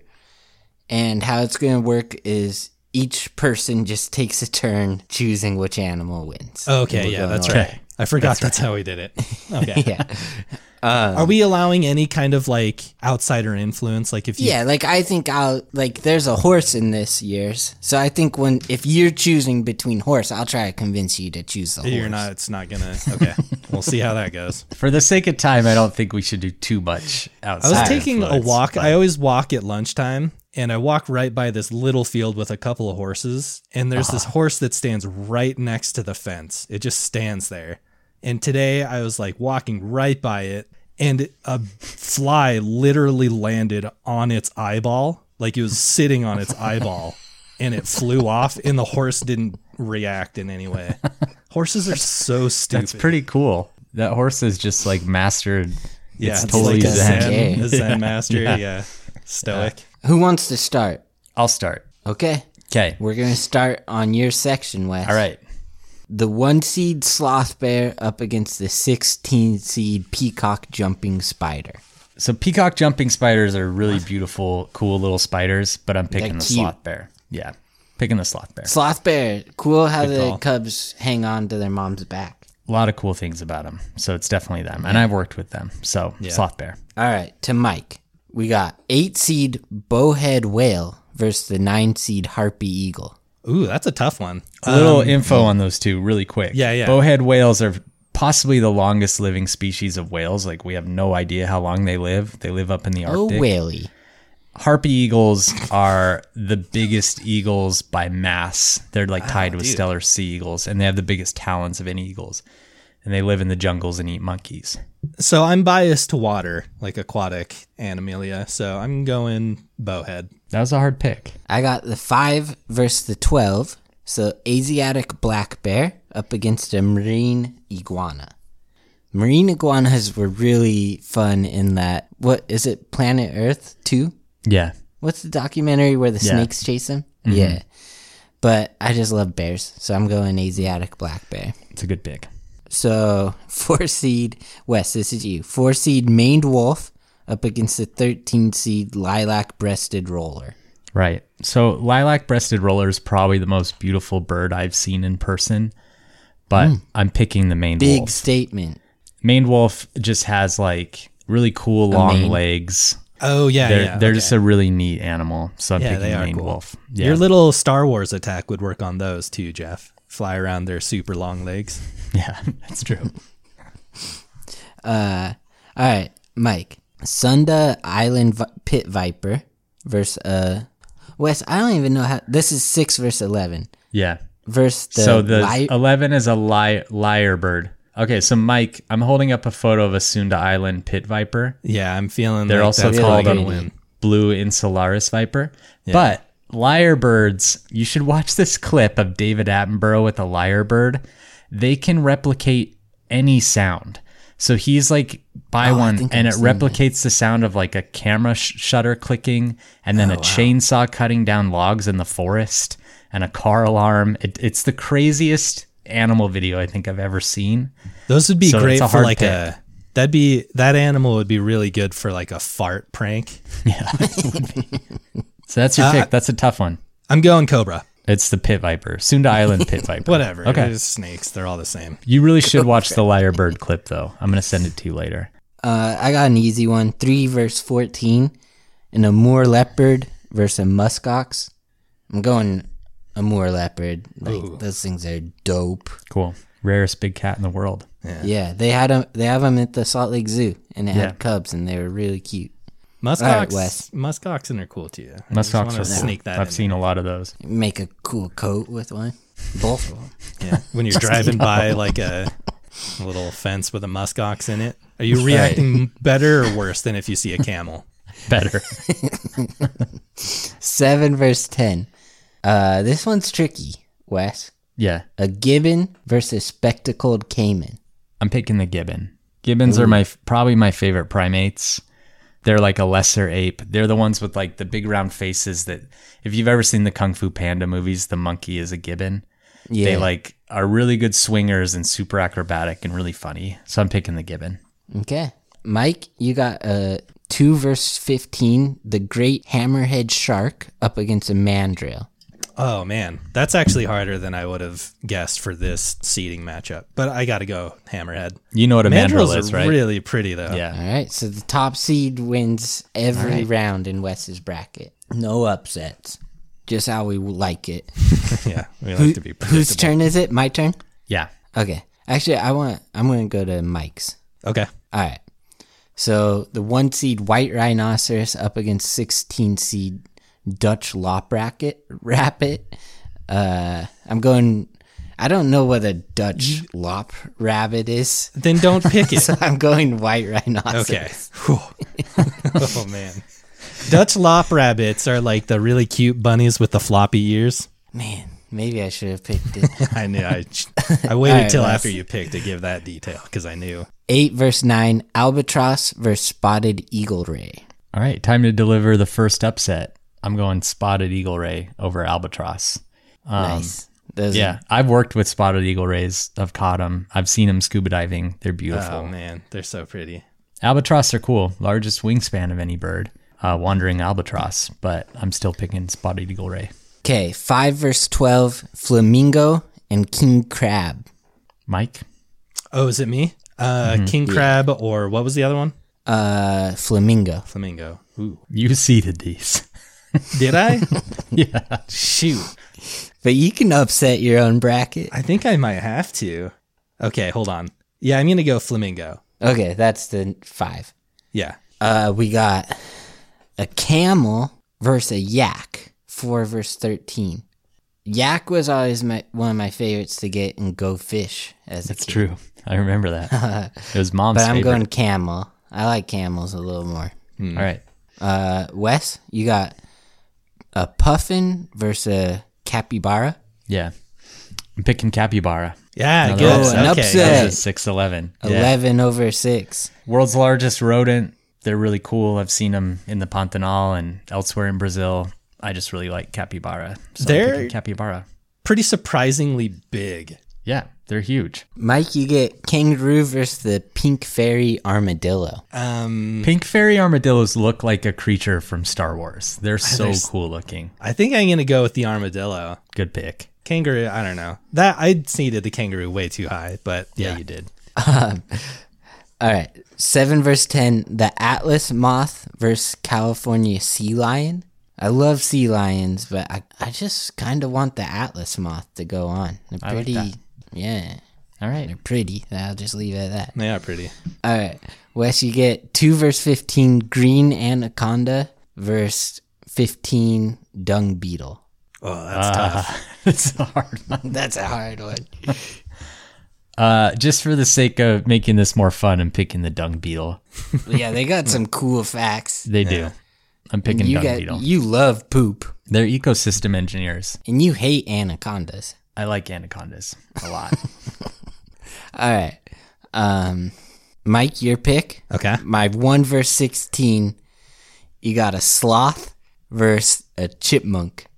Speaker 3: And how it's going to work is each person just takes a turn choosing which animal wins.
Speaker 2: Oh.
Speaker 1: Okay.
Speaker 3: And we're
Speaker 1: yeah,
Speaker 3: going
Speaker 1: that's
Speaker 3: over-
Speaker 1: right. I forgot that's, how we did it. Okay.
Speaker 3: Yeah.
Speaker 1: Are we allowing any kind of like outsider influence? Like if you
Speaker 3: Yeah, like I think I'll like there's a horse in this year's. So I think when if you're choosing between horse, I'll try to convince you to choose the
Speaker 1: you're
Speaker 3: horse.
Speaker 1: not, it's not gonna. Okay, we'll see how that goes.
Speaker 2: For the sake of time, I don't think we should do too much
Speaker 1: I
Speaker 2: outside.
Speaker 1: was taking a
Speaker 2: influence,
Speaker 1: walk.
Speaker 2: but-
Speaker 1: I always walk at lunchtime, and I walk right by this little field with a couple of horses. And there's
Speaker 2: Uh-huh.
Speaker 1: this horse that stands right next to the fence. It just stands there. And today I was like walking right by it, and a fly literally landed on its eyeball. Like it was sitting on its eyeball, and it flew off, and the horse didn't react in any way. Horses are so stupid.
Speaker 2: That's pretty cool. That horse is just like mastered.
Speaker 1: Yeah,
Speaker 2: it's totally
Speaker 1: like a
Speaker 2: zen.
Speaker 1: zen,
Speaker 3: Yeah.
Speaker 1: a zen master. Yeah, stoic.
Speaker 3: Who wants to start?
Speaker 2: I'll start.
Speaker 3: Okay.
Speaker 2: Okay.
Speaker 3: We're going to start on your section, Wes.
Speaker 2: All right.
Speaker 3: The one seed sloth bear up against the 16 seed peacock jumping spider.
Speaker 2: So peacock jumping spiders are really beautiful, cool little spiders, but I'm picking
Speaker 3: They're
Speaker 2: the
Speaker 3: cute.
Speaker 2: sloth bear. Yeah. Picking the sloth bear.
Speaker 3: Sloth bear, cool how the
Speaker 1: call.
Speaker 3: cubs hang on to their mom's back.
Speaker 2: A lot of cool things about them. So it's definitely them. And I've worked with them. So sloth bear.
Speaker 3: All right, to Mike. We got 8 seed bowhead whale versus the 9 seed harpy eagle.
Speaker 1: Ooh, that's a tough one.
Speaker 2: little info on those two really quick.
Speaker 1: Yeah, yeah.
Speaker 2: Bowhead whales are possibly the longest living species of whales. Like we have no idea how long they live. They live up in the
Speaker 3: Oh,
Speaker 2: Arctic.
Speaker 3: whaley.
Speaker 2: Harpy eagles are the biggest eagles by mass. They're like tied with stellar sea eagles and they have the biggest talons of any eagles. And they live in the jungles and eat monkeys.
Speaker 1: So I'm biased to water, like aquatic animalia. So I'm going bowhead.
Speaker 2: That was a hard pick.
Speaker 3: I got the 5 versus the 12. So Asiatic black bear up against a marine iguana. Marine iguanas were really fun in that. What is it? Planet Earth 2?
Speaker 2: Yeah.
Speaker 3: What's the documentary where the
Speaker 2: Yeah. Mm-hmm.
Speaker 3: snakes chase him? Yeah. But I just love bears, so I'm going Asiatic black bear.
Speaker 2: It's a good pick.
Speaker 3: So four seed Wes, this is you. Four seed maned wolf up against the thirteen seed lilac breasted roller.
Speaker 2: Right. So lilac breasted roller is probably the most beautiful bird I've seen in person, but I'm picking the main
Speaker 3: Big
Speaker 2: wolf.
Speaker 3: statement.
Speaker 2: Maine wolf just has like really cool long
Speaker 3: Maine-
Speaker 2: legs.
Speaker 1: Oh yeah,
Speaker 2: They're
Speaker 1: yeah.
Speaker 2: they're
Speaker 1: okay.
Speaker 2: just a really neat animal. So I'm
Speaker 1: Yeah,
Speaker 2: picking
Speaker 1: they
Speaker 2: the
Speaker 1: are
Speaker 2: Maine
Speaker 1: cool.
Speaker 2: wolf. Yeah.
Speaker 1: Your little Star Wars attack would work on those too, Jeff. Fly around their super long legs.
Speaker 2: yeah, that's true.
Speaker 3: All right, Mike. Sunda Island vi- pit viper versus uh Wes. I don't even know how. This is six versus eleven
Speaker 2: Yeah.
Speaker 3: versus the,
Speaker 2: so the
Speaker 3: li-
Speaker 2: 11 is a li- liar bird. Okay, so Mike, I'm holding up a photo of a Sunda Island pit viper.
Speaker 1: Yeah, I'm feeling.
Speaker 2: They're
Speaker 1: like
Speaker 2: also
Speaker 1: that's
Speaker 2: called
Speaker 1: probably
Speaker 2: a
Speaker 1: gonna win.
Speaker 2: blue insularis viper. But lyrebirds, you should watch this clip of David Attenborough with a lyrebird. They can replicate any sound. So he's like buy one,
Speaker 3: Oh, think
Speaker 2: and
Speaker 3: I've
Speaker 2: it
Speaker 3: seen that.
Speaker 2: replicates the sound of like a camera sh- shutter clicking, and
Speaker 3: Oh,
Speaker 2: then a chainsaw cutting down logs in the forest, and a car alarm. It, it's the craziest animal video I think I've ever seen.
Speaker 1: Those would be
Speaker 2: So it's
Speaker 1: great
Speaker 2: a
Speaker 1: for
Speaker 2: hard
Speaker 1: like
Speaker 2: pick.
Speaker 1: a. That'd be that animal would be really good for like a fart prank.
Speaker 2: So that's
Speaker 3: Uh,
Speaker 2: your pick. That's a tough one.
Speaker 1: I'm going cobra.
Speaker 2: It's the pit viper, Sunda Island pit viper.
Speaker 1: Whatever.
Speaker 2: Okay.
Speaker 1: There's snakes. They're all the same.
Speaker 2: You really should watch the Liar Bird clip, though. I'm going to send it to you later.
Speaker 3: Uh, I got an easy one. Three verse fourteen, and a moor leopard versus a muskox. I'm going a moor leopard. Like those things are dope.
Speaker 2: Cool. Rarest big cat in the world.
Speaker 3: Yeah, they had 'em- They have them at the Salt Lake Zoo, and it had cubs, and they were really cute. right,
Speaker 1: Muskox.
Speaker 3: Wes.
Speaker 1: muskoxen are cool too. I just
Speaker 2: Muskox
Speaker 1: wanna
Speaker 2: are cool.
Speaker 1: sneak that
Speaker 2: I've
Speaker 1: in.
Speaker 2: seen a lot of those.
Speaker 3: Make a cool coat with one. Both of them.
Speaker 1: Yeah. When you're driving by like a A little fence with a muskox in it. Are you reacting better or worse than if you see a camel?
Speaker 2: Better.
Speaker 3: Seven verse ten. Uh, this one's tricky, Wes.
Speaker 2: yeah.
Speaker 3: A gibbon versus spectacled caiman.
Speaker 2: I'm picking the gibbon. Gibbons are my probably my favorite primates. They're like a lesser ape. They're the ones with like the big round faces that if you've ever seen the Kung Fu Panda movies, the monkey is a gibbon.
Speaker 3: Yeah.
Speaker 2: They like are really good swingers and super acrobatic and really funny. So I'm picking the gibbon.
Speaker 3: Okay. Mike, you got uh, 2 verse 15, the great hammerhead shark up against a mandrill.
Speaker 1: Oh man, that's actually harder than I would have guessed for this seating matchup. But I got to go hammerhead.
Speaker 2: You know what a mandrill
Speaker 1: Mandrills
Speaker 2: is,
Speaker 1: are
Speaker 2: right?
Speaker 1: really pretty though.
Speaker 2: yeah.
Speaker 3: All right. So the top seed wins every round in Wes's bracket. No upsets. Just how we like it.
Speaker 1: yeah. We like to be
Speaker 3: Whose turn is it? My turn?
Speaker 2: Yeah.
Speaker 3: Okay. Actually, I want I'm going to go to Mike's.
Speaker 1: okay.
Speaker 3: All right. So the one seed white rhinoceros up against 16 seed Dutch lop racket rabbit. Uh, I'm going. I don't know what a Dutch lop rabbit is.
Speaker 1: Then don't pick it.
Speaker 3: So I'm going white rhinoceros.
Speaker 1: Okay. Whew. oh man. Dutch lop rabbits are like the really cute bunnies with the floppy ears.
Speaker 3: Man, maybe I should have picked it.
Speaker 1: I knew I, I waited
Speaker 3: right,
Speaker 1: till
Speaker 3: Les.
Speaker 1: after you picked to give that detail because I knew.
Speaker 3: Eight verse nine albatross versus spotted eagle ray.
Speaker 2: All right, time to deliver the first upset. I'm going spotted eagle ray over albatross.
Speaker 3: Nice. Those
Speaker 2: Yeah, I've worked with spotted eagle rays. I've caught them. I've seen them scuba diving. They're beautiful.
Speaker 1: Oh man, they're so pretty.
Speaker 2: Albatross are cool. Largest wingspan of any bird. Uh, wandering albatross, but I'm still picking spotted eagle ray.
Speaker 3: Okay. Five verse twelve flamingo and king crab.
Speaker 2: Mike,
Speaker 1: Oh, is it me? Uh, King crab or what was the other one?
Speaker 3: Uh, flamingo.
Speaker 1: Flamingo. Ooh.
Speaker 2: you seeded these.
Speaker 1: Did I? yeah. Shoot.
Speaker 3: But you can upset your own bracket.
Speaker 1: I think I might have to. Okay, hold on. Yeah, I'm gonna go flamingo.
Speaker 3: Okay, that's the five.
Speaker 1: Yeah.
Speaker 3: Uh, we got a camel versus a yak, four versus 13. Yak was always my, one of my favorites to get and go fish as a
Speaker 2: It's
Speaker 3: kid.
Speaker 2: true. I remember that. it was mom's
Speaker 3: But I'm
Speaker 2: favorite.
Speaker 3: going camel. I like camels a little more.
Speaker 2: All right,
Speaker 3: Uh, Wes, you got a puffin versus a capybara.
Speaker 2: yeah, I'm picking capybara.
Speaker 1: Yeah,
Speaker 2: Another
Speaker 1: good.
Speaker 2: upset.
Speaker 3: an
Speaker 1: okay.
Speaker 3: upset. Hey.
Speaker 2: Six eleven.
Speaker 3: 11 over 6.
Speaker 2: world's largest rodent. They're really cool. I've seen them in the Pantanal and elsewhere in Brazil. I just really like capybara. So I'm
Speaker 1: They're-
Speaker 2: picking capybara.
Speaker 1: Pretty surprisingly big.
Speaker 2: Yeah, they're huge.
Speaker 3: Mike, you get kangaroo versus the pink fairy armadillo.
Speaker 1: Um,
Speaker 2: Pink fairy armadillos look like a creature from Star Wars. They're so
Speaker 1: there's-
Speaker 2: cool looking.
Speaker 1: I think I'm gonna go with the armadillo.
Speaker 2: Good pick.
Speaker 1: Kangaroo, I don't know. That I seated the kangaroo way too high, but yeah, you did.
Speaker 3: All right. Seven verse ten. The Atlas moth versus California sea lion. I love sea lions, but I, I just kind of want the Atlas moth to go on. They're pretty. yeah.
Speaker 2: All right.
Speaker 3: They're pretty. I'll just leave it at that.
Speaker 1: They are pretty.
Speaker 3: All right. Wes, you get two verse 15 green anaconda versus 15 dung beetle.
Speaker 1: Oh, that's tough.
Speaker 2: it's a hard one.
Speaker 3: That's a hard one.
Speaker 2: Uh, just for the sake of making this more fun, I'm picking the dung beetle.
Speaker 3: yeah, they got some cool facts.
Speaker 2: They do. I'm picking
Speaker 3: You
Speaker 2: dung
Speaker 3: got,
Speaker 2: beetle.
Speaker 3: you love poop
Speaker 2: They're ecosystem engineers.
Speaker 3: and you hate anacondas.
Speaker 2: I like anacondas a lot.
Speaker 3: All right. Um, Mike, your pick.
Speaker 1: Okay.
Speaker 3: My 1 verse 16, you got a sloth versus a chipmunk.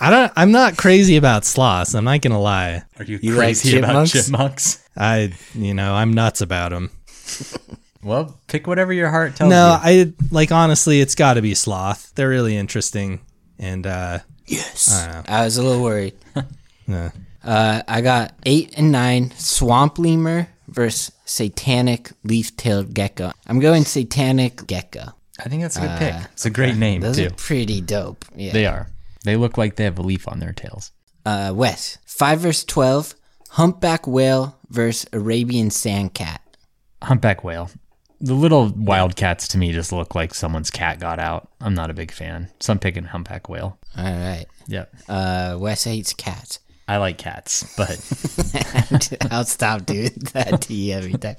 Speaker 1: I don't. I'm not crazy about sloths. I'm not gonna lie.
Speaker 2: Are you,
Speaker 3: like
Speaker 2: crazy about
Speaker 3: chipmunks?
Speaker 2: chipmunks?
Speaker 1: I, you know, I'm nuts about them.
Speaker 2: Well, pick whatever your heart tells
Speaker 1: No,
Speaker 2: you.
Speaker 1: I like honestly, it's got to be sloth. They're really interesting, and uh,
Speaker 3: I was a little worried. uh, I got 8 and 9, swamp lemur versus satanic leaf tailed gecko. I'm going satanic gecko.
Speaker 2: I think that's a good pick. It's a great name
Speaker 3: Those
Speaker 2: too.
Speaker 3: are pretty dope. Yeah.
Speaker 2: They are. They look like they have a leaf on their tails.
Speaker 3: Uh, Wes, 5 verse 12, humpback whale versus Arabian sand cat.
Speaker 2: Humpback whale. The little wildcats to me just look like someone's cat got out. I'm not a big fan. So I'm picking humpback whale.
Speaker 3: All right.
Speaker 2: Yep.
Speaker 3: Uh, Wes hates cats.
Speaker 2: I like cats, but
Speaker 3: I'll stop doing that to you every time.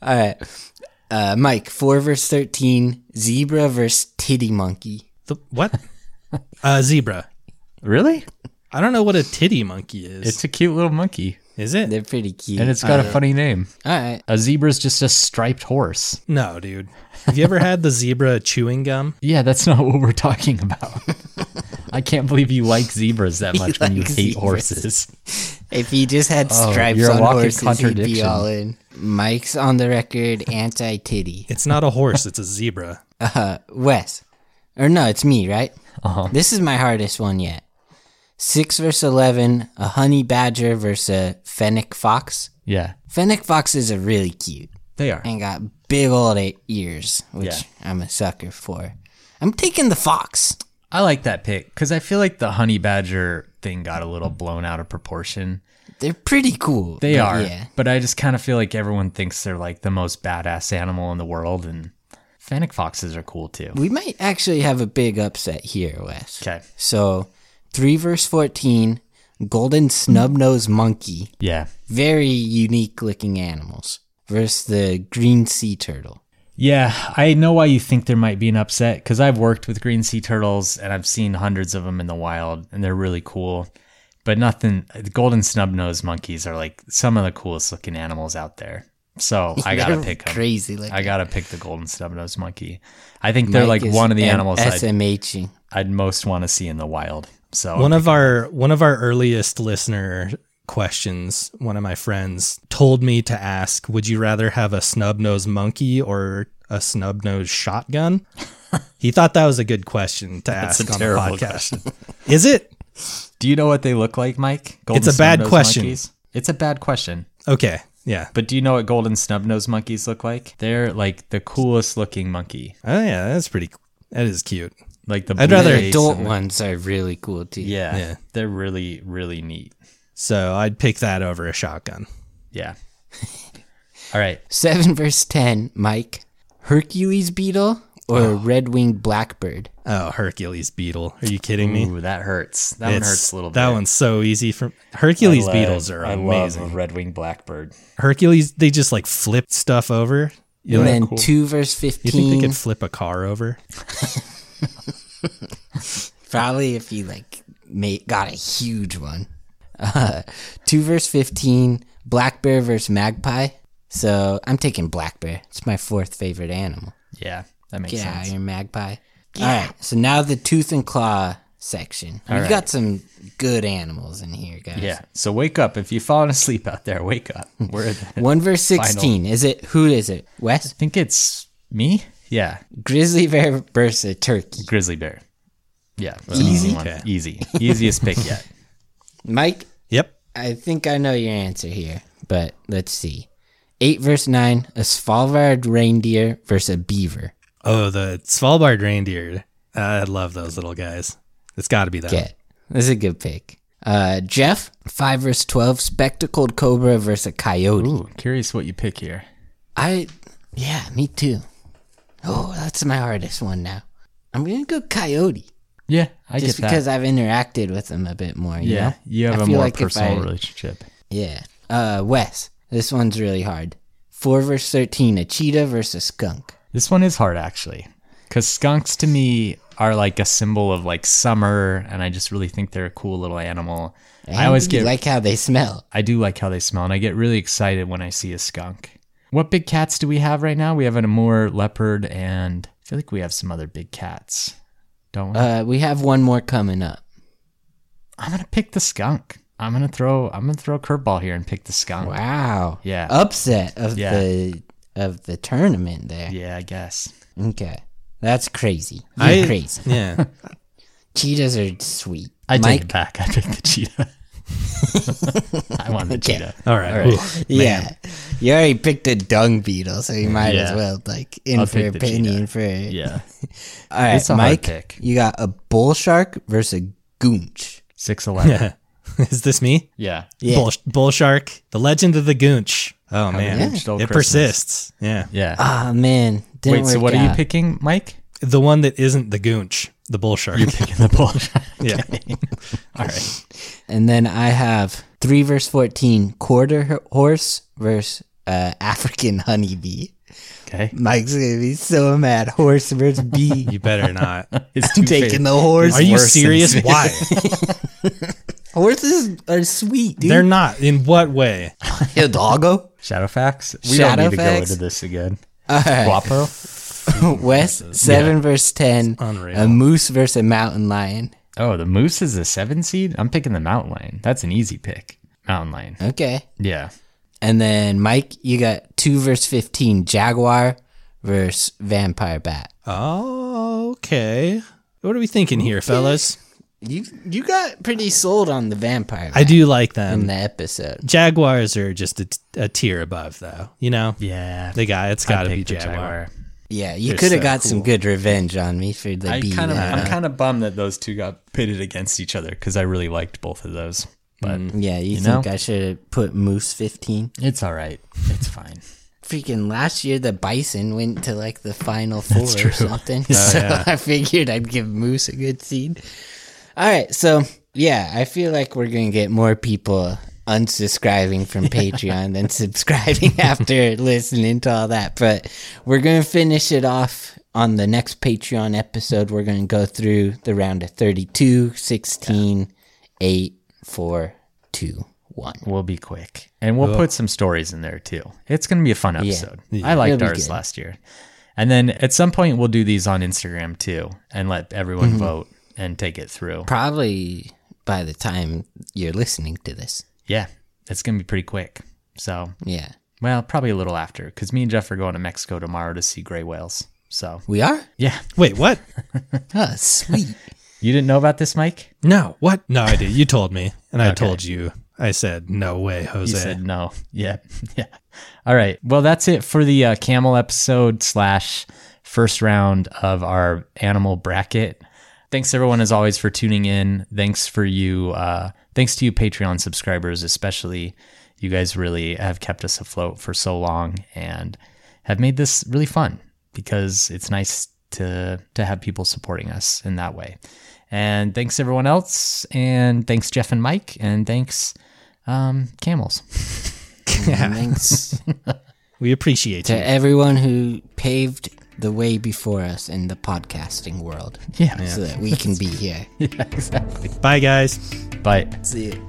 Speaker 3: All right. Uh, Mike, 4 verse 13, zebra versus titty monkey.
Speaker 1: The, what? uh, zebra.
Speaker 2: really,
Speaker 1: I don't know what a titty monkey is.
Speaker 2: it's a cute little monkey,
Speaker 1: is it?
Speaker 3: They're pretty cute.
Speaker 2: and it's got a funny name.
Speaker 3: All right.
Speaker 2: A zebra's just a striped horse.
Speaker 1: No, dude. Have you ever had the zebra chewing gum?
Speaker 2: Yeah, that's not what we're talking about. I can't believe you like zebras that much when you
Speaker 3: likes
Speaker 2: hate
Speaker 3: zebras.
Speaker 2: horses.
Speaker 3: If he just had stripes
Speaker 2: Oh, you're a
Speaker 3: on
Speaker 2: walking
Speaker 3: horses, he'd be
Speaker 2: contradiction.
Speaker 3: all in. Mike's on the record anti titty.
Speaker 1: It's not a horse, it's a zebra.
Speaker 3: Wes. Or no, it's me, right?
Speaker 2: Uh-huh.
Speaker 3: This is my hardest one yet. 6 verse 11, a honey badger versus a fennec fox.
Speaker 2: Yeah,
Speaker 3: Fennec foxes are really cute
Speaker 2: they are.
Speaker 3: and got big old e- ears, which
Speaker 2: Yeah.
Speaker 3: I'm a sucker for. I'm taking the fox.
Speaker 2: I like that pick because I feel like the honey badger thing got a little blown out of proportion.
Speaker 3: They're pretty cool.
Speaker 2: They
Speaker 3: but
Speaker 2: are,
Speaker 3: Yeah.
Speaker 2: but I just kind of feel like everyone thinks they're like the most badass animal in the world, and fennec foxes are cool too.
Speaker 3: We might actually have a big upset here, Wes.
Speaker 2: Okay,
Speaker 3: So, 3 verse 14, golden snub-nosed monkey.
Speaker 2: yeah,
Speaker 3: Very unique looking animals versus the green sea turtle.
Speaker 2: yeah. I know why you think there might be an upset because I've worked with green sea turtles and I've seen hundreds of them in the wild, and they're really cool. But nothing. The golden snub-nosed monkeys are like some of the coolest looking animals out there. So I gotta
Speaker 3: They're
Speaker 2: pick them.
Speaker 3: Crazy like
Speaker 2: I gotta pick the golden snub-nosed monkey. I think they're like
Speaker 3: is
Speaker 2: one of the
Speaker 3: an
Speaker 2: animals I'd,
Speaker 3: SMHing.
Speaker 2: I'd most want to see in the wild. So
Speaker 1: One of our one of our earliest listener questions, one of my friends told me to ask, would you rather have a snub-nosed monkey or a snub-nosed shotgun? He thought that was a good question to
Speaker 2: That's
Speaker 1: ask
Speaker 2: a
Speaker 1: on
Speaker 2: terrible
Speaker 1: the podcast. Is it?
Speaker 2: do you know what they look like, Mike? Golden
Speaker 1: It's a bad
Speaker 2: snub-nosed
Speaker 1: question.
Speaker 2: monkeys? It's a bad question.
Speaker 1: Okay. Yeah.
Speaker 2: But do you know what golden snub-nosed monkeys look like? They're like the coolest looking monkey.
Speaker 1: Oh yeah, that's pretty that is cute.
Speaker 2: Like the
Speaker 1: I'd rather-
Speaker 2: blue
Speaker 3: The
Speaker 2: face
Speaker 3: adult
Speaker 2: and the-
Speaker 3: ones are really cool too.
Speaker 2: Yeah,
Speaker 1: Yeah.
Speaker 2: They're really really neat.
Speaker 1: So I'd pick that over a shotgun.
Speaker 2: Yeah. All right.
Speaker 3: Seven verse ten, Mike. Hercules beetle or red winged blackbird.
Speaker 1: Oh, Hercules beetle. Are you kidding me?
Speaker 2: Ooh, that hurts. Mm, That one
Speaker 1: It's-
Speaker 2: hurts a little bit.
Speaker 1: That one's so easy for Hercules
Speaker 2: I
Speaker 1: beetles
Speaker 2: love-
Speaker 1: are
Speaker 2: I
Speaker 1: amazing.
Speaker 2: love a red-winged blackbird.
Speaker 1: Hercules, they just like flip stuff over. You,
Speaker 3: and
Speaker 1: know,
Speaker 3: then two verse
Speaker 1: you think they
Speaker 3: fifteen.
Speaker 1: could flip a car over?
Speaker 3: Probably if you like made, got a huge one. Uh, two verse fifteen, black bear versus magpie. So I'm taking black bear. It's my fourth favorite animal.
Speaker 2: Yeah, that makes
Speaker 3: Get out of
Speaker 2: sense.
Speaker 3: here, magpie. All right. So now the tooth and claw section. We've
Speaker 2: right.
Speaker 3: got some good animals in here, guys.
Speaker 2: Yeah. So wake up if you've fallen asleep out there. Wake up. We're at the-
Speaker 3: One verse sixteen. Is it who is it? Wes?
Speaker 2: I think it's me. Yeah,
Speaker 3: Grizzly bear versus turkey.
Speaker 2: grizzly bear. Yeah, that's an easy, one.
Speaker 1: Okay.
Speaker 2: easy, easiest pick yet.
Speaker 3: Mike,
Speaker 1: Yep.
Speaker 3: I think I know your answer here, but let's see. Eight verse nine, a Svalbard reindeer versus a beaver.
Speaker 1: Oh, the Svalbard reindeer. I love those little guys. It's got to be that.
Speaker 3: Get. This is a good pick. Uh, Jeff, five verse twelve, spectacled cobra versus a coyote.
Speaker 2: Ooh, curious what you pick here.
Speaker 3: I, yeah, me too. Oh, that's my hardest one now. I'm gonna go coyote
Speaker 2: Yeah, I
Speaker 3: just
Speaker 2: get
Speaker 3: because
Speaker 2: that.
Speaker 3: I've interacted with them a bit more. You
Speaker 2: yeah,
Speaker 3: know?
Speaker 2: you have
Speaker 3: I
Speaker 2: a
Speaker 3: feel
Speaker 2: more
Speaker 3: like if
Speaker 2: personal
Speaker 3: I-
Speaker 2: relationship.
Speaker 3: Yeah. Uh, Wes, this one's really hard. Four verse thirteen, a cheetah versus a skunk.
Speaker 2: This one is hard actually, because skunks to me are like a symbol of like summer, and I just really think they're a cool little animal. I always
Speaker 3: you
Speaker 2: get
Speaker 3: like how they smell.
Speaker 2: I do like how they smell, and I get really excited when I see a skunk. What big cats do we have right now? We have an Amur leopard, and I feel like we have some other big cats, don't we?
Speaker 3: Uh, we have one more coming up.
Speaker 2: I'm gonna pick the skunk. I'm gonna throw. I'm gonna throw a curveball here and pick the skunk.
Speaker 3: Wow.
Speaker 2: Yeah.
Speaker 3: Upset of
Speaker 2: Yeah.
Speaker 3: the of the tournament there.
Speaker 2: Yeah, I guess.
Speaker 3: Okay. That's crazy. You're
Speaker 1: I-
Speaker 3: crazy.
Speaker 1: Yeah.
Speaker 3: Cheetahs are sweet.
Speaker 2: I
Speaker 3: Mike,
Speaker 2: take it back. I picked the cheetah. I want the cheetah.
Speaker 1: All right. Ooh.
Speaker 3: Yeah. You already picked a dung beetle, so you might as
Speaker 2: Yeah.
Speaker 3: well like in
Speaker 2: I'll
Speaker 3: for
Speaker 2: pick the
Speaker 3: opinion for
Speaker 2: Yeah.
Speaker 3: All right,
Speaker 2: It's a hard
Speaker 3: Mike.
Speaker 2: pick.
Speaker 3: You got a bull shark versus a goonch.
Speaker 2: Six eleven.
Speaker 1: Is this me?
Speaker 2: Yeah.
Speaker 3: Yeah.
Speaker 1: Bull, bull shark. The legend of the goonch. Oh man,
Speaker 2: Goonch
Speaker 1: it
Speaker 2: stole Christmas.
Speaker 1: persists. Yeah.
Speaker 2: Yeah.
Speaker 3: Ah man, didn't
Speaker 2: Wait. So
Speaker 3: work
Speaker 2: what are you
Speaker 3: out.
Speaker 2: picking, Mike?
Speaker 1: The one that isn't the goonch. The bull shark.
Speaker 2: You're picking the bull shark.
Speaker 1: yeah.
Speaker 2: All right.
Speaker 3: And then I have 3 verse 14 quarter h- horse versus uh, African honeybee.
Speaker 2: Okay.
Speaker 3: Mike's gonna be so mad. Horse versus bee.
Speaker 1: You better not.
Speaker 2: It's
Speaker 3: I'm
Speaker 2: two
Speaker 3: taking
Speaker 2: fa-
Speaker 3: the horse.
Speaker 1: Are you
Speaker 2: worse than
Speaker 1: serious?
Speaker 2: Smith.
Speaker 1: Why?
Speaker 3: Horses are sweet, dude.
Speaker 1: They're not. In what way?
Speaker 3: Hidalgo.
Speaker 2: Shadowfax. We
Speaker 3: Shadow
Speaker 2: don't need
Speaker 3: facts?
Speaker 2: to go into this again.
Speaker 3: All right.
Speaker 2: Guapo.
Speaker 3: West Uh, seven verse ten.
Speaker 1: Unreal.
Speaker 3: A moose versus a mountain lion.
Speaker 2: Oh, the moose is a seven seed. I'm picking the mountain lion. That's an easy pick. Mountain lion.
Speaker 3: Okay.
Speaker 2: Yeah.
Speaker 3: And then Mike, you got two verse fifteen. Jaguar versus vampire bat.
Speaker 1: Okay. What are we thinking here, fellas?
Speaker 3: You you got pretty sold on the vampire.
Speaker 1: I
Speaker 3: bat
Speaker 1: do like
Speaker 3: in
Speaker 1: them.
Speaker 3: the episode.
Speaker 1: Jaguars are just a, t- a tier above, though. You know,
Speaker 2: Yeah.
Speaker 1: they got it's got to
Speaker 2: Pick
Speaker 1: be
Speaker 2: the
Speaker 1: jaguar.
Speaker 3: Yeah, you could have
Speaker 1: so
Speaker 3: got some good revenge on me for the
Speaker 2: I
Speaker 3: bee.
Speaker 2: kind of,
Speaker 3: one.
Speaker 2: I'm kind of bummed that those two got pitted against each other because I really liked both of those. But
Speaker 3: yeah, you,
Speaker 2: know?
Speaker 3: think I should have put moose fifteen?
Speaker 2: it's all right. It's fine.
Speaker 3: freaking last year the bison went to like the final four or something. so I figured I'd give Moose a good seed. All right, so yeah, I feel like we're gonna get more people unsubscribing from Patreon than subscribing after listening to all that. But we're gonna finish it off on the next Patreon episode. We're gonna go through the round of 32, 16, 8, 4, 2, 1.
Speaker 2: We'll be quick, and we'll put some stories in there too. It's going to be a fun episode. I liked
Speaker 3: It'll be
Speaker 2: ours
Speaker 3: good.
Speaker 2: last year, and then at some point we'll do these on Instagram too, and let everyone vote and take it through.
Speaker 3: Probably by the time you're listening to this.
Speaker 2: Yeah, it's going to be pretty quick. So,
Speaker 3: Yeah.
Speaker 2: well, probably a little after because me and Jeff are going to Mexico tomorrow to see gray whales. So,
Speaker 3: We are?
Speaker 2: yeah,
Speaker 1: Wait, what?
Speaker 3: Oh, sweet.
Speaker 2: you didn't know about this, Mike?
Speaker 1: No, what? No, I did. You told me, and I told you. I said, no way, Jose.
Speaker 2: You said no. Yeah. Yeah. All right. Well, that's it for the uh, camel episode slash first round of our animal bracket. Thanks everyone as always for tuning in. Thanks for you. Uh, thanks to you Patreon subscribers, especially. You guys really have kept us afloat for so long and have made this really fun because it's nice to to have people supporting us in that way. And thanks everyone else, and thanks Jeff and Mike, and thanks um, camels.
Speaker 3: Thanks
Speaker 1: we appreciate
Speaker 3: to
Speaker 1: you.
Speaker 3: everyone who paved the way before us in the podcasting world
Speaker 2: Yeah,
Speaker 3: so that we can be here.
Speaker 2: yeah exactly.
Speaker 1: Bye, guys.
Speaker 2: But
Speaker 3: See you.